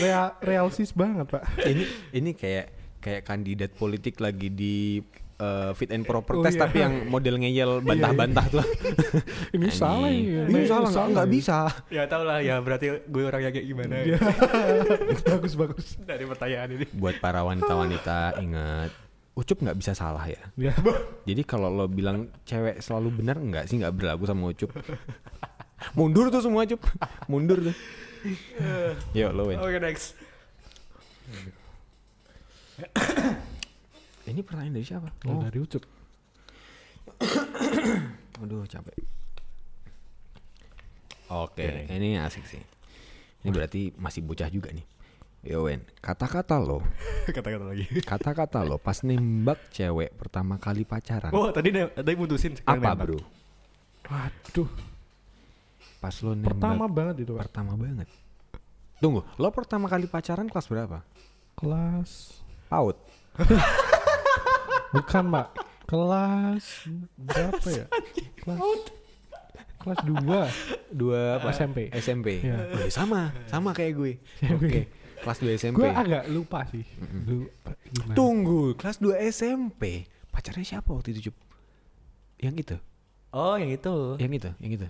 real realsis banget, Pak.
(laughs) ini ini kayak kayak kandidat politik lagi di eh, fit and proper
Oh,
test
iya.
tapi yang model ngeyel bantah-bantah (laughs) tuh.
Ini
Anjing.
salah ya.
Ini salah nggak nggak bisa.
ya tau lah ya berarti gue orangnya kayak gimana
Ya. (laughs) bagus bagus.
(laughs) dari pertanyaan ini.
Buat para wanita-wanita ingat Ucup nggak bisa salah ya.
Ya.
Jadi kalau lo bilang cewek selalu benar nggak sih nggak berlaku sama Ucup. (laughs) Mundur tuh semua Ucup. Mundur (laughs) tuh. Yo lo Wen.
next.
Ini pertanyaan dari siapa?
Oh. Dari Ucup.
Aduh capek. Oke, ini asik sih. Ini berarti masih bocah juga nih. Yowen, kata-kata lo,
Kata-kata lagi.
kata-kata lo pas nembak cewek pertama kali pacaran.
Oh tadi ne- tadi mutusin. sekarang
apa
nembak.
bro?
Waduh,
Pas lo nembak
pertama banget itu Pak.
pertama banget. Tunggu, lo pertama kali pacaran kelas berapa?
Kelas
Paut.
bukan, Pak. Kelas berapa ya? Kelas Kelas 2
Dua apa?
SMP.
SMP.
Iya.
Wih, Oh, sama, sama kayak gue. Oke. Kelas 2 SMP.
Gue agak lupa sih. Lu gimana?
Tunggu, kelas 2 SMP. Pacarnya siapa waktu itu, Jup? Yang itu,
Oh yang itu.
yang itu, yang itu.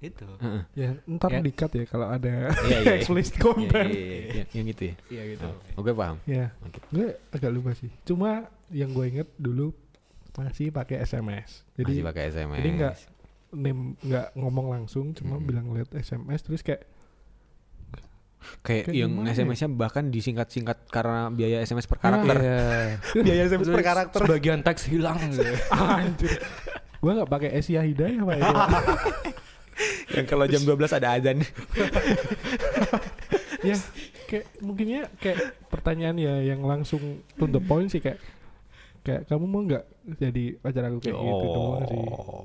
Itu.
Heeh.
Ya, ntar
Ya.
dikat ya kalau ada (laughs)
Iya, iya, iya.
explicit
Iya,
content.
iya, iya, iya. Yang itu ya.
Iya gitu.
Oke, paham.
Ya,
Oke.
gue agak lupa sih. Cuma yang gue inget dulu masih pakai SMS. Jadi
Masih pakai SMS.
jadi nggak nem nggak ngomong langsung, cuma
Mm-mm.
bilang lihat SMS terus kayak
kayak
kayak
yang
gimana ya?
SMS-nya bahkan disingkat-singkat karena biaya SMS per karakter.
Iya.
(laughs)
(laughs) Biaya SMS per karakter. Ah, Sebagian teks hilang. (laughs) gitu.
anjir. gue nggak pakai Asia Hidayah pak ya.
(laughs)
itu.
yang kalau jam 12 ada azan.
ya, kayak mungkinnya kayak pertanyaan ya yang langsung to the point sih kayak kayak kamu mau nggak jadi pacar aku kayak gitu doang
Oh.
sih.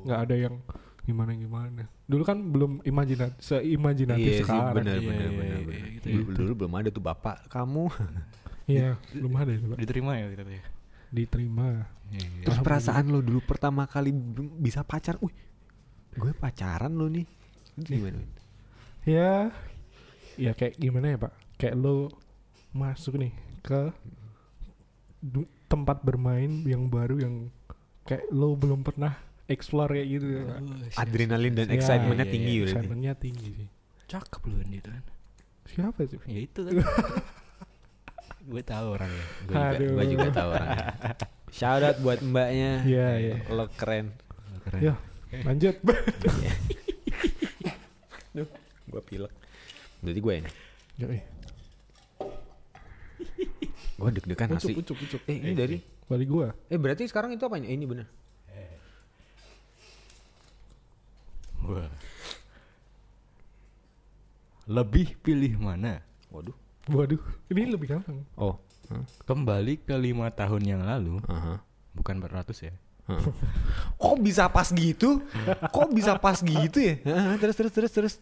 Nggak ada yang gimana gimana. Dulu kan belum imajinat seimajinatif
Iya sih,
sekarang.
benar
Iya,
benar
iya,
benar.
iya,
benar.
gitu
Dulu, dulu belum ada tuh bapak kamu.
Iya, belum ada itu pak.
Diterima ya Iya, gitu ya.
Diterima.
Terus perasaan lo dulu pertama kali b- bisa pacar, wih, gue pacaran lo nih. Itu gimana? Win?
ya ya kayak gimana ya pak kayak lo masuk nih ke du- tempat bermain yang baru yang kayak lo belum pernah explore kayak gitu ya pak
iya.
Adrenalin dan
Ya,
excitementnya
iya,
tinggi
iya,
berarti.
Excitement-nya tinggi sih
Cakep lu Andi kan.
siapa sih
Iya.
Ya itu
(laughs)
kan. Gue tahu orangnya.
Gue juga,
Aduh.
gue juga tahu orang. Shout out buat mbaknya.
Iya, iya.
Lo keren.
Keren.
ya lanjut (laughs)
Gue pilek. Berarti gue ini.
Yoi.
Gue deg-degan
ucup
asli.
ucup ucup
Eh ini dari.
dari gua
Eh berarti sekarang itu apanya? Eh, ini bener.
Wah.
Lebih pilih mana?
Waduh.
waduh ini lebih gampang
Oh.
Kembali ke lima tahun yang lalu,
Aha.
bukan 400 ya.
Heeh. Kok bisa pas gitu? Kok bisa pas gitu (laughs) ya? Heeh, terus terus terus terus.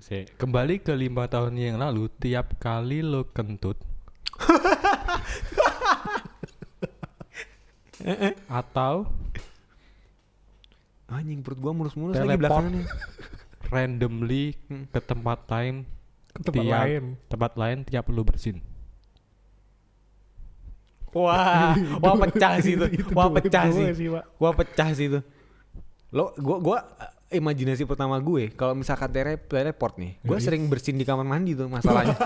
Saya kembali ke lima tahun yang lalu, tiap kali lo kentut atau
Anjing perut gua mulus-mulus lagi
Teleport.
belakangan.
randomly ke tempat lain,
ke tempat
tiap-
lain
tempat lain tiap lo bersin.
(laughs) (laughs) Wah, wah pecah
(laughs)
sih itu. Wah
doang
pecah
doang
sih.
pak
Wah pecah sih itu. Lo gua gua eh, imajinasi pertama gue kalau misalkan tele- teleport nih, gue sering bersin di kamar mandi tuh masalahnya.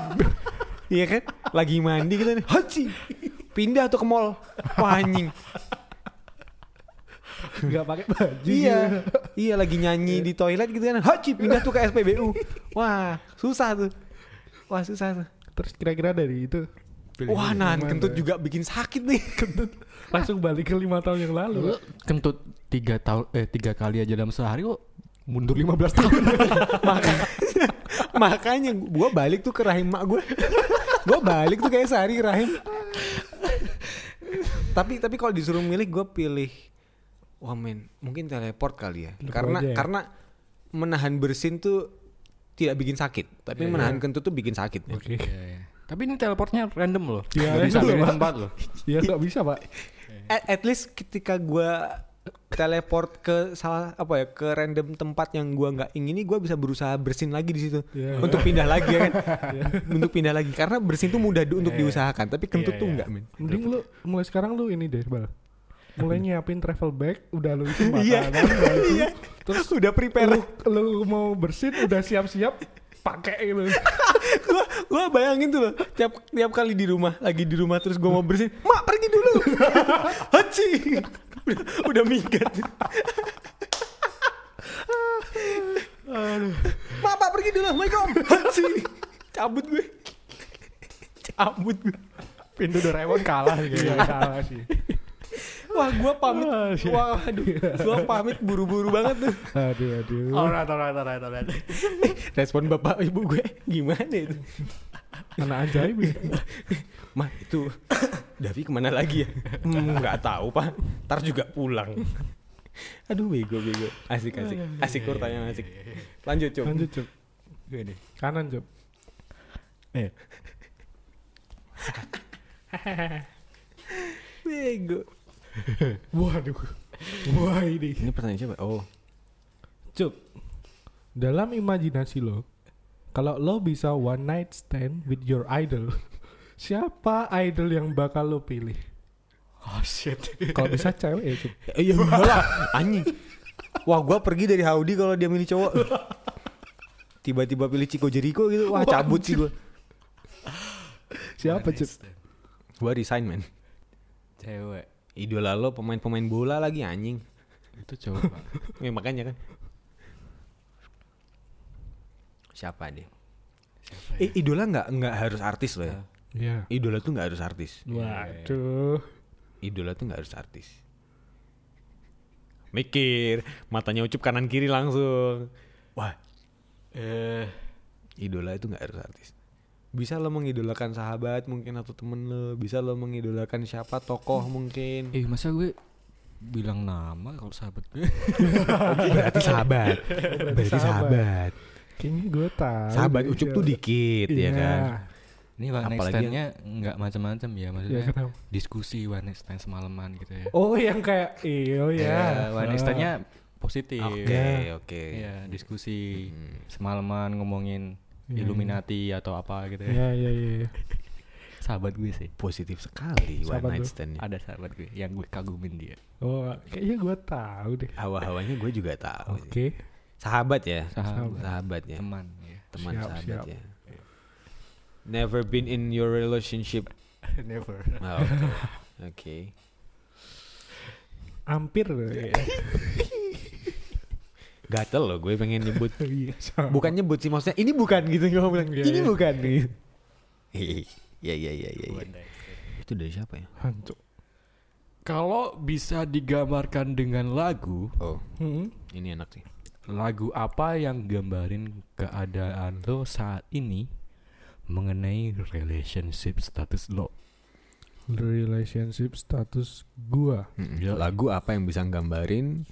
iya kan? Lagi mandi kita nih, haci. Pindah tuh ke mall. Wah anjing.
nggak
(laughs)
pakai baju juga.
iya. Iya lagi nyanyi di toilet gitu kan. Haci pindah tuh ke SPBU. Wah, susah tuh. Wah, susah tuh.
terus kira-kira dari itu
Wah, nahan
mana?
kentut juga bikin sakit nih. Kentut.
langsung balik ke lima tahun yang lalu
Lo
Pak.
kentut tiga tahun eh tiga kali aja dalam sehari kok mundur 15 tahun.
Makanya gue balik tuh ke rahim mak gue. gue balik tuh kayak sehari ke rahim. tapi tapi kalau disuruh milih gue pilih wah men mungkin teleport kali ya.
Teleport
karena
aja ya.
karena menahan bersin tuh tidak bikin sakit, tapi menahan kentut tuh bikin sakit. men.
Iya. oke
Iya, Tapi ini teleportnya random loh.
Iya,
Nggak bisa
random,
milih
Pak.
tempat loh.
Iya nggak bisa pak.
At, at least ketika gue teleport ke salah apa ya ke random tempat yang gue nggak ingini gue bisa berusaha bersin lagi di situ
Iya.
untuk pindah lagi ya
(laughs)
kan untuk pindah lagi karena bersin tuh mudah du- untuk diusahakan tapi kentut tuh enggak men
Mending lu mulai sekarang lu ini deh bal. Mulai nyiapin travel bag, udah lu isi makanan,
(laughs) Iya.
baju.
Iya.
Terus
(laughs) udah prepare
lu, lu mau bersin, udah siap-siap pakai lu.
gua gua bayangin tuh loh tiap tiap kali di rumah lagi di rumah terus gua mau bersin mak pergi
(laughs)
dulu haci udah, (laughs) udah minggat mak pak pergi dulu assalamualaikum haci cabut gue (laughs) cabut gue
Iya. Pintu Doraemon kalah sih, kalah sih.
Wah, gua pamit. Wah, iya. aduh. Gua pamit buru-buru banget tuh.
aduh aduh
Alright, alright, alright, alright.
Respon bapak ibu gue gimana itu?
anak ajaib ya
Mah, (coughs) itu Davi kemana lagi ya? Hmm, nggak tahu, Pak. Ntar juga pulang. Aduh, bego, bego. Asik, asik. Asik kurtanya asik. Lanjut, Cuk.
lanjut cuk kanan cuk
Bego.
waduh wah ini
Ini pertanyaan siapa? Oh.
cuk dalam imajinasi lo kalau lo bisa one night stand with your idol (laughs) siapa idol yang bakal lo pilih
Oh shit.
kalau bisa cewek ya cuk
Eh, Iya, enggak lah. Anjing. Wah, gua pergi dari Howdy kalau dia milih cowok. Tiba-tiba pilih Chico Jericho gitu. Wah, cabut sih gua.
siapa cuk
Gua resign, man.
Cewek.
Idola lo pemain-pemain bola lagi anjing.
Itu cowok, Pak.
Ya, makanya kan. Siapa deh?
Siapa ya?
Eh, idola nggak nggak harus artis loh ya.
Iya.
Idola tuh nggak harus artis.
waduh
Idola tuh nggak harus artis. Mikir, matanya ucup kanan kiri langsung. Wah,
Eh,
idola itu nggak harus artis. Bisa lo mengidolakan sahabat mungkin atau temen lo. Bisa lo mengidolakan siapa tokoh (laughs) mungkin.
Eh, masa gue bilang nama kalau sahabat (laughs) gue?
Berarti sahabat. Berarti
sahabat.
sahabat.
kayaknya gue tahu
Sahabat
deh,
ucup
siapa.
tuh dikit ya
Iya.
kan.
Ini one night
Apalagi
stand-nya nggak macam-macam ya
ya
maksudnya.
kenapa
diskusi one night stand semalaman gitu ya.
Oh yang kayak iyo ya.
Eh, one night stand-nya positif.
Oke, oke.
Iya, diskusi
Hmm.
semalaman ngomongin
Iya,
Illuminati atau apa gitu ya.
Ya ya ya.
Sahabat gue sih.
Positif sekali one
Sahabat
night
lo.
stand
Ada sahabat gue yang gue kagumin dia.
Oh kayaknya gue tahu deh.
Hawa-hawanya gue juga tahu.
Oke.
sih. Sahabat ya.
Sahabat,
Sahabat ya.
teman ya.
teman
Siap,
sahabat
siap.
ya. Never been in your relationship.
never.
Ah, Oke. Oke.
Hampir. ya. (laughs)
Gatel loh gue pengen nyebut.
Iya, sama.
bukan nyebut sih maksudnya ini bukan gitu gue bilang.
Iya,
ini
iya.
bukan gitu. Iya iya iya iya. iya. Itu dari siapa ya?
Hancur.
Kalau bisa digambarkan dengan lagu,
Oh,
Hmm.
ini enak sih.
lagu apa yang gambarin keadaan lo saat ini mengenai relationship status lo?
Relationship status gua.
Iya.
Lagu apa yang bisa nggambarin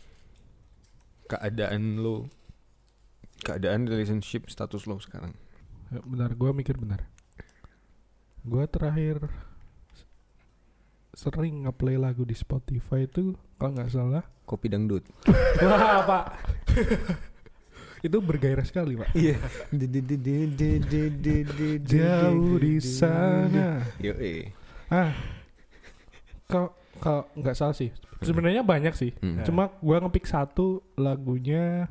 keadaan lo keadaan relationship status lo sekarang?
Ya, Benar gua mikir benar. Gua terakhir s- sering ngeplay lagu di Spotify itu kalau nggak salah.
Kopi dangdut.
Wah pak. (laughs) itu bergairah sekali pak.
Iya.
Jauh di sana.
Yo,
Ah, kalau kalau nggak salah sih. Sebenarnya banyak sih.
Iya. Ya.
Cuma gua ngepick satu lagunya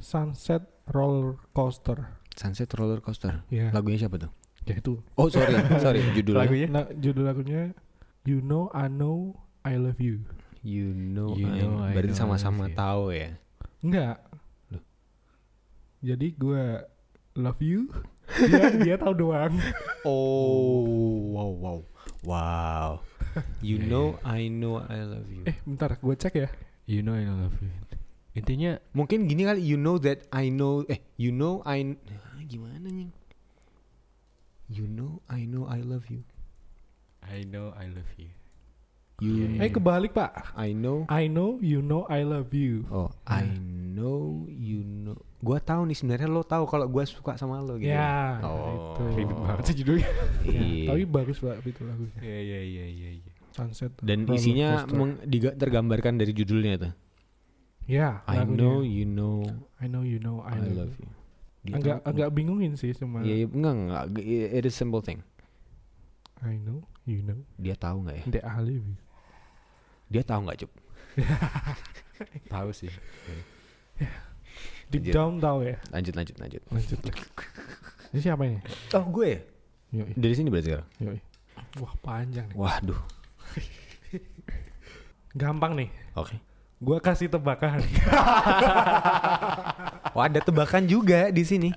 Sunset Roller Coaster.
Sunset Roller Coaster.
Ya,
Lagunya siapa tuh?
ya itu.
Oh sorry, (laughs) sorry judulnya.
Iya.
Lagunya?
Nah, judul lagunya You Know I Know I Love You.
You know,
You
Oh, I
know
know.
I
berarti
know
sama-sama
sih.
tahu ya.
Enggak.
Loh.
Jadi gua love you. dia, dia tahu doang.
Oh, wow, wow, (laughs) wow. You
Iya,
know, I know, I love you.
Eh, bentar, gua cek ya.
You know I love you. Intinya
Mungkin gini kali, you know that I know, eh, you know I, Ah, gimana nih? You know, I know, I love you.
I know I love you.
You,
Iya,
Eh, kebalik, Pak.
I know.
I know you know I love you.
Oh, I know, you know. Gua tahu nih sebenarnya lo tahu kalau gua suka sama lo gitu.
Ya,
Oh.
itu.
Ribet banget sih judulnya.
Ya,
Iya.
tapi bagus Pak itu lagunya.
(laughs) Iya iya iya iya. iya.
Sunset.
Dan
Roller
isinya
Coaster.
meng- diga- tergambarkan dari judulnya itu.
ya,
I
lagunya.
know, you know,
I know you know I,
I
love,
love you.
you.
Dia
Agak
tahu.
agak bingungin sih cuma
Iya, iya, enggak, enggak. G- It is simple thing.
I know you know
Dia tahu nggak ya?
that I love you.
Dia tahu nggak
(laughs)
cup?
Tahu sih.
Deep
Lanjut.
down tahu ya.
Lanjut, lanjut, lanjut.
Lanjut. Ini siapa ini?
Oh gue.
Yoi,
Dari sini berarti sekarang.
yoi. Wah, panjang nih.
Waduh.
Gampang nih.
Oke.
Gua kasih tebakan.
Oh ada tebakan juga di sini.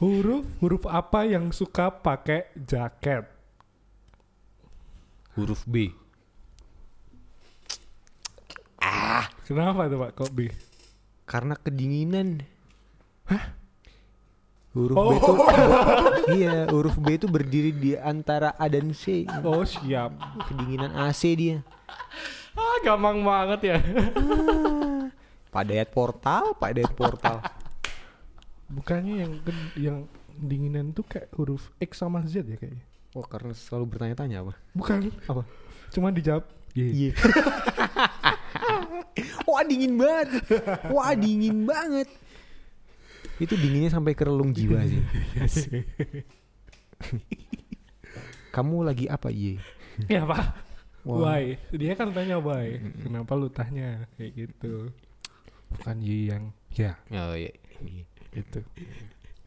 huruf huruf apa yang suka pakai jaket?
Huruf B.
Kenapa tuh Pak Kobi?
Karena kedinginan. Hah? Huruf
Oh.
B itu (laughs) Iya, huruf B itu berdiri di antara A dan C.
Oh siap.
Kedinginan AC dia.
Ah, gampang banget ya.
Pak Dayat Portal, Pak Dayat Portal. (laughs)
Bukannya yang ged- yang dinginan tuh kayak huruf X sama Z ya kayaknya.
Wah, Oh, karena selalu bertanya-tanya apa?
Bukan.
Apa?
Cuma dijawab. Iya.
(laughs) Iya. Wah, dingin banget. Wah, dingin banget. Itu dinginnya sampai ke relung jiwa (laughs) Iya sih. Kamu lagi apa, Ye?
Ya Pak.
Wah.
Why? Dia kan tanya why. Kenapa lu tanya kayak gitu? Bukan Y yang ya
Oh, iya.
gitu.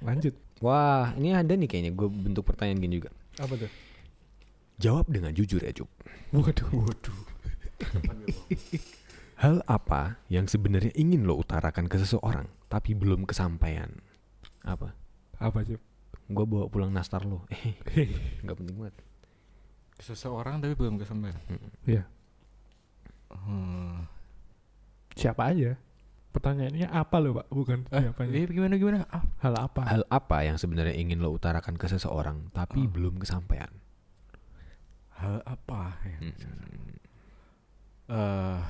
Lanjut.
Wah, ini ada nih kayaknya gue bentuk pertanyaan gini juga.
Apa tuh?
Jawab dengan jujur ya, Cuk.
Waduh, waduh.
Hal apa yang sebenarnya ingin lo utarakan ke seseorang tapi belum kesampaian? Apa?
Apa sih?
Gue bawa pulang nastar lo. (laughs) Eh, nggak penting banget.
Seseorang tapi belum kesampaian.
Ya.
Hmm.
Siapa aja? Pertanyaannya Eh, apa lo Pak? Bukan siapanya.
Jadi gimana gimana? Ah,
Hal apa?
Hal apa yang sebenarnya ingin lo utarakan ke seseorang tapi belum kesampaian?
hal apa ya?
Hmm.
Eh,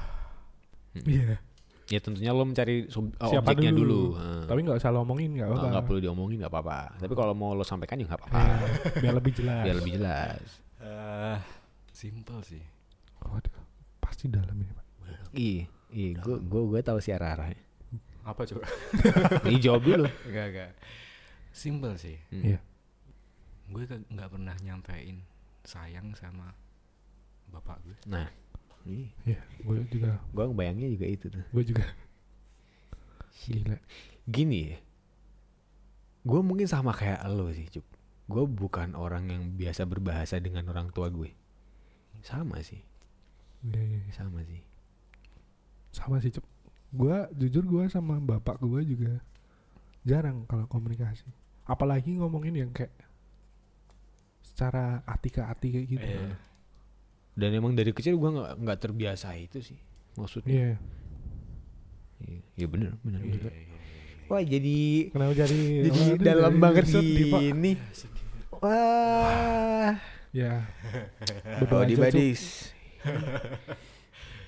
Iya.
Ya tentunya lo mencari sub-
Siapa
objeknya
dulu?
dulu. Heeh.
Tapi nggak usah lo omongin nggak
Nggak
apa-apa.
perlu diomongin nggak apa-apa. Tapi kalau mau lo sampaikan juga nggak apa-apa.
Ya, biar lebih jelas.
Biar lebih Eh, jelas.
eh, simple sih.
Waduh, pasti dalam ini Pak.
Iya, iya. Gue gue gue tahu si arah arahnya.
Apa coba?
Ini jawab (laughs) dulu.
Enggak enggak. Simple sih.
Iya.
Gue ke- nggak pernah nyampein sayang sama bapak gue.
Nah, nih,
Iya. Gue juga.
gue ngebayangnya juga itu tuh.
Gue juga. Gila.
Gini ya, gue mungkin sama kayak lo sih, Cup. Gue bukan orang yang biasa berbahasa dengan orang tua gue. Sama sih,
Iya, iya, iya.
sama sih.
sama sih cep gue jujur gue sama bapak gue juga jarang kalau komunikasi apalagi ngomongin yang kayak secara hati ke hati kayak gitu
Iya.
Dan emang dari kecil gue nggak nggak terbiasa itu sih. Maksudnya,
Iya.
iya ya bener, bener, bener. Wah jadi
kenapa jadi
jadi
Iya, Waduh,
dalam
jadi
banget
sedih, Pak.
gini. Wah. (laughs)
ya Berdoa aja,
Body
Cuk.
Buddies.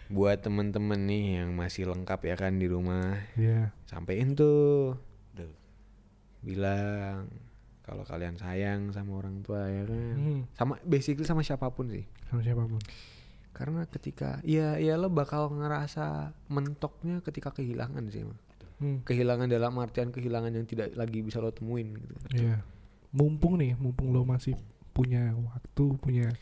Buat temen-temen nih yang masih lengkap ya kan di rumah,
Iya.
sampein tuh.
Betul.
Bilang kalau kalian sayang sama orang tua ya kan.
Hmm,
Sama basically sama siapapun sih.
sama siapapun
Karena ketika ya ya lo bakal ngerasa mentoknya ketika kehilangan sih. Emang.
Hmm,
Kehilangan dalam artian kehilangan yang tidak lagi bisa lo temuin gitu.
iya mumpung nih mumpung lo masih punya waktu punya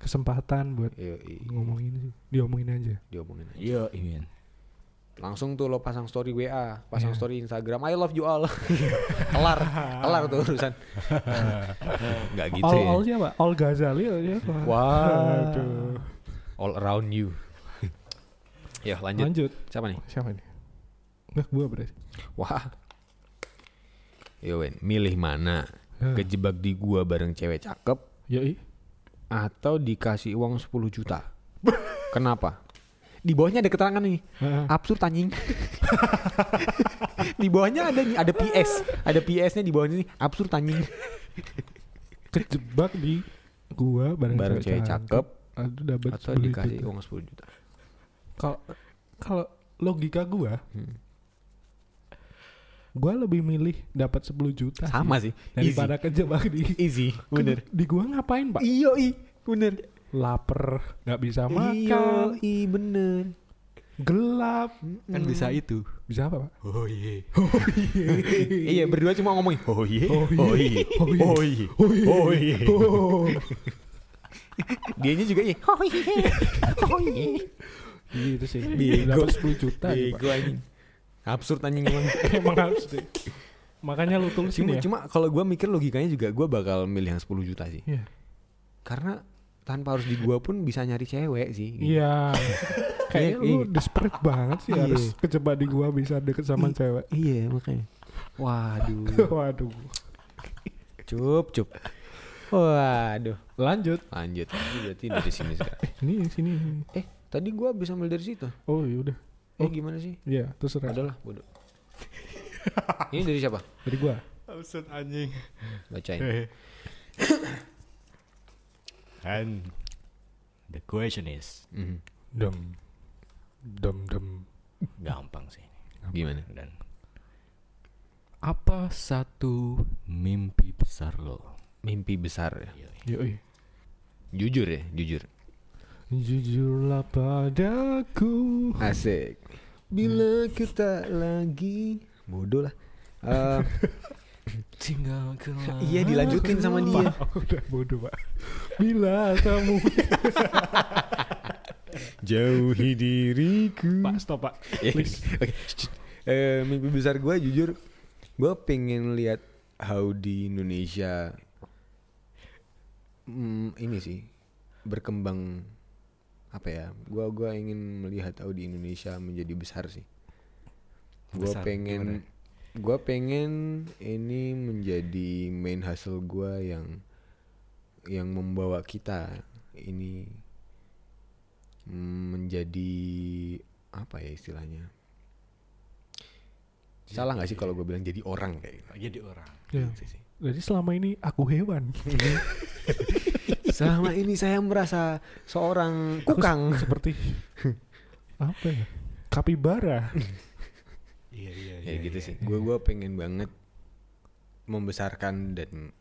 kesempatan buat
Yoi,
ngomongin sih diomongin aja
diomongin aja.
Iya,
Yo, Imin.
Langsung tuh lo pasang story WA, pasang
Iya.
story Instagram, I love you
(laughs)
all. kelar, kelar tuh urusan. Enggak gitu
all
ya.
all siapa all Ghazali all siapa
Wah.
Aduh.
All around you. (laughs) ya lanjut.
lanjut
Siapa nih?
siapa ini Nah, gue berarti.
Wah. Yowen, milih mana?
Hah.
Kejebak di gua bareng cewek cakep
Yoi.
atau dikasih uang 10 (laughs) juta? Kenapa? Di bawahnya ada keterangan nih.
Heeh.
Absurd (laughs) anjing. di bawahnya ada nih, ada PS. Ada PS-nya di bawahnya nih. Absurd anjing.
Kejebak di gua bareng,
Bareng cewek cakep
Aduh dapat
atau dikasih uang 10 juta.
Kalau kalau logika gua,
Hmm.
gua lebih milih dapat 10 juta sih,
Sama sih.
daripada kejebak di
Easy. (laughs) Bener. Iya.
Di gua ngapain, Pak?
Iyo i, bener.
Laper, nggak bisa
Iyo
makan,
i, Iya, bener.
gelap.
Hmm.
Kan bisa
Hmm.
itu.
Bisa apa, Pak?
Oh iya.
(laughs) Iya berdua cuma ngomongin oh iya, oh iya, oh iya, oh iya, oh,
(laughs)
Dianya juga iya. Oh iya, oh iya.
Gitu sih.
Bego.
Dapat 10 juta ya, Pak.
Bego anjing. Absurd anjing (laughs) emang.
(laughs) Emang harus deh. Makanya lu tulis
Cuma,
ini ya.
cuma kalau gue mikir logikanya juga gue bakal milih yang 10 juta sih.
Iya.
Karena tanpa harus di gua pun bisa nyari cewek sih.
Iya.
(laughs)
Kayaknya
Iya,
lu
iya.
desperate banget sih
Iya.
harus kejebak di gua bisa deket sama cewek.
Iya makanya. Waduh.
(laughs) Waduh.
Cup, cup. Waduh.
Lanjut.
Lanjut. Berarti dari sini sekarang.
Ini sini.
Eh, tadi gua bisa ambil dari situ.
Oh, yaudah.
Eh gimana sih?
Iya, terserah.
Adalah bodoh. Ini dari siapa?
Dari gua.
Absurd
(coughs)
anjing.
Bacain.
And the question is
Mhm.
Dem. Dem dem.
gampang sih.
Gimana?
Dan apa satu mimpi besar lo?
Mimpi besar ya.
Iya.
Yoi.
Jujur ya, jujur.
Jujurlah padaku.
Asik. Bila kita lagi bodoh lah. Eh,
Tinggal ke
iya dilanjutin sama dia.
Aku (laughs) udah bodoh, Pak. Bila kamu
Jauhi diriku.
Pak, stop, Pak. Please.
Iya. Oke. Eh, mimpi besar gue jujur gue pengen lihat how di Indonesia mm, ini sih berkembang apa ya gue gua ingin melihat how di Indonesia menjadi besar sih gue
Besar,
pengen gue pengen ini menjadi main hustle gue yang yang membawa kita ini mm, menjadi apa ya istilahnya salah nggak sih kalau gue bilang jadi orang kayak
Oh,
gitu?
Jadi orang.
Ya. Jadi selama ini aku hewan.
selama ini saya merasa seorang kukang
Seperti (laughs) apa ya? Kapibara.
Iya iya
ya gitu sih gue gue pengen banget membesarkan dan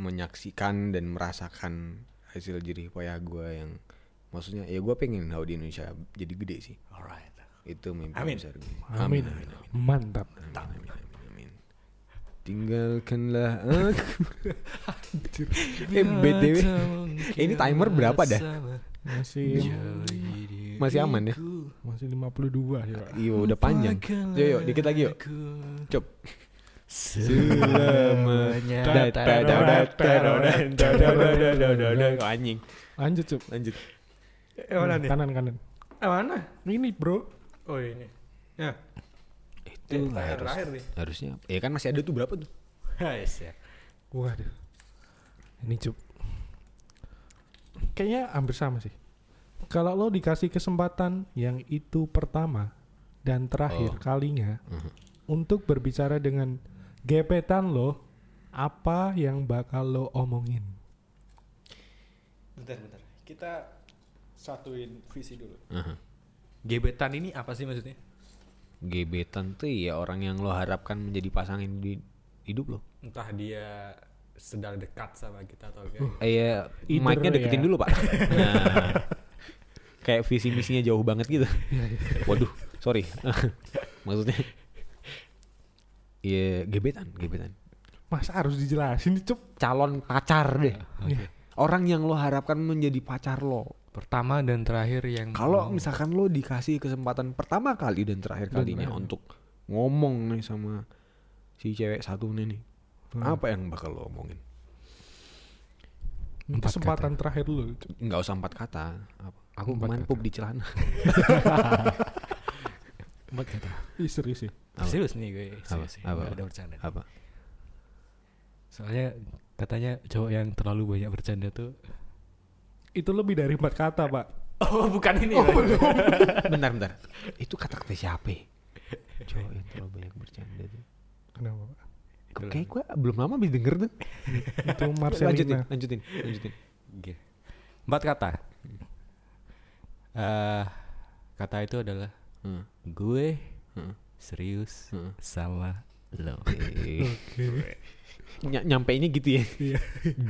menyaksikan dan merasakan hasil jerih payah gue yang maksudnya ya gue pengen how di Indonesia jadi gede sih
Alright.
itu mimpi
Amin.
besar gue
Amin. Mantap.
amin, amin, amin, amin. tinggalkanlah aku eh btw (laughs) ini timer berapa dah
Masih
Iya.
masih aman ya
masih 52 ya, Pak.
iya udah panjang yuk yuk dikit lagi yuk cop anjing
Lanjut, Cuk.
lanjut
Eh mana nih?
Kanan kanan.
Eh mana?
Ini, Bro.
Oh ini. Ya. eh,
itu
Terakhir
harus
terakhir nih.
harusnya ya kan masih ada tuh berapa tuh
Guys ya.
Waduh. Ini cup. Kayaknya hampir sama sih. Kalau lo dikasih kesempatan yang itu pertama dan terakhir
Oh.
kalinya
Mhm.
untuk berbicara dengan gebetan lo, apa yang bakal lo omongin?
Bentar bentar. Kita satuin visi dulu.
Aha.
Gebetan ini apa sih maksudnya?
gebetan tuh ya orang yang lo harapkan menjadi pasangan di hidup lo
Entah dia sedang dekat sama kita atau enggak.
eh ya
Either
mic-nya deketin
ya.
dulu (laughs) pak nah kayak visi misinya jauh banget gitu waduh sorry (laughs) maksudnya ya gebetan gebetan
Masa harus dijelasin, cup?
calon pacar deh
Iya.
orang yang lo harapkan menjadi pacar lo
Pertama dan terakhir yang
Kalau misalkan lo dikasih kesempatan pertama kali Hmm. dan
Dan
terakhir kalinya
terakhir.
untuk ngomong nih sama si cewek satu ini nih, apa yang bakal lo omongin?
Ini
Empat
Kesempatan terakhir lo. Cup.
Nggak usah empat kata. Apa- Aku
Empat
main
kata.
pup di celana.
Empat kata.
Ih, serius sih.
Apa?
Serius nih gue. Serius sih.
Apa?
Nggak ada bercanda.
(laughs) Apa?
Soalnya katanya cowok yang terlalu banyak bercanda tuh
Itu lebih dari empat kata, Pak.
Oh bukan ini.
bentar, bentar. Itu kata-kata siapa? ya? Cowok yang terlalu banyak bercanda tuh.
Kenapa, Pak?
Kayak gue belum lama bisa denger tuh. (laughs)
Itu
Lanjutin,
Marcelina.
lanjutin, lanjutin.
Oke. Empat kata. Eh, kata itu adalah
Hmm.
gue
Hmm.
serius
Hmm.
sama lo. (laughs)
(laughs) Ny nyampe ini gitu ya.
Iya.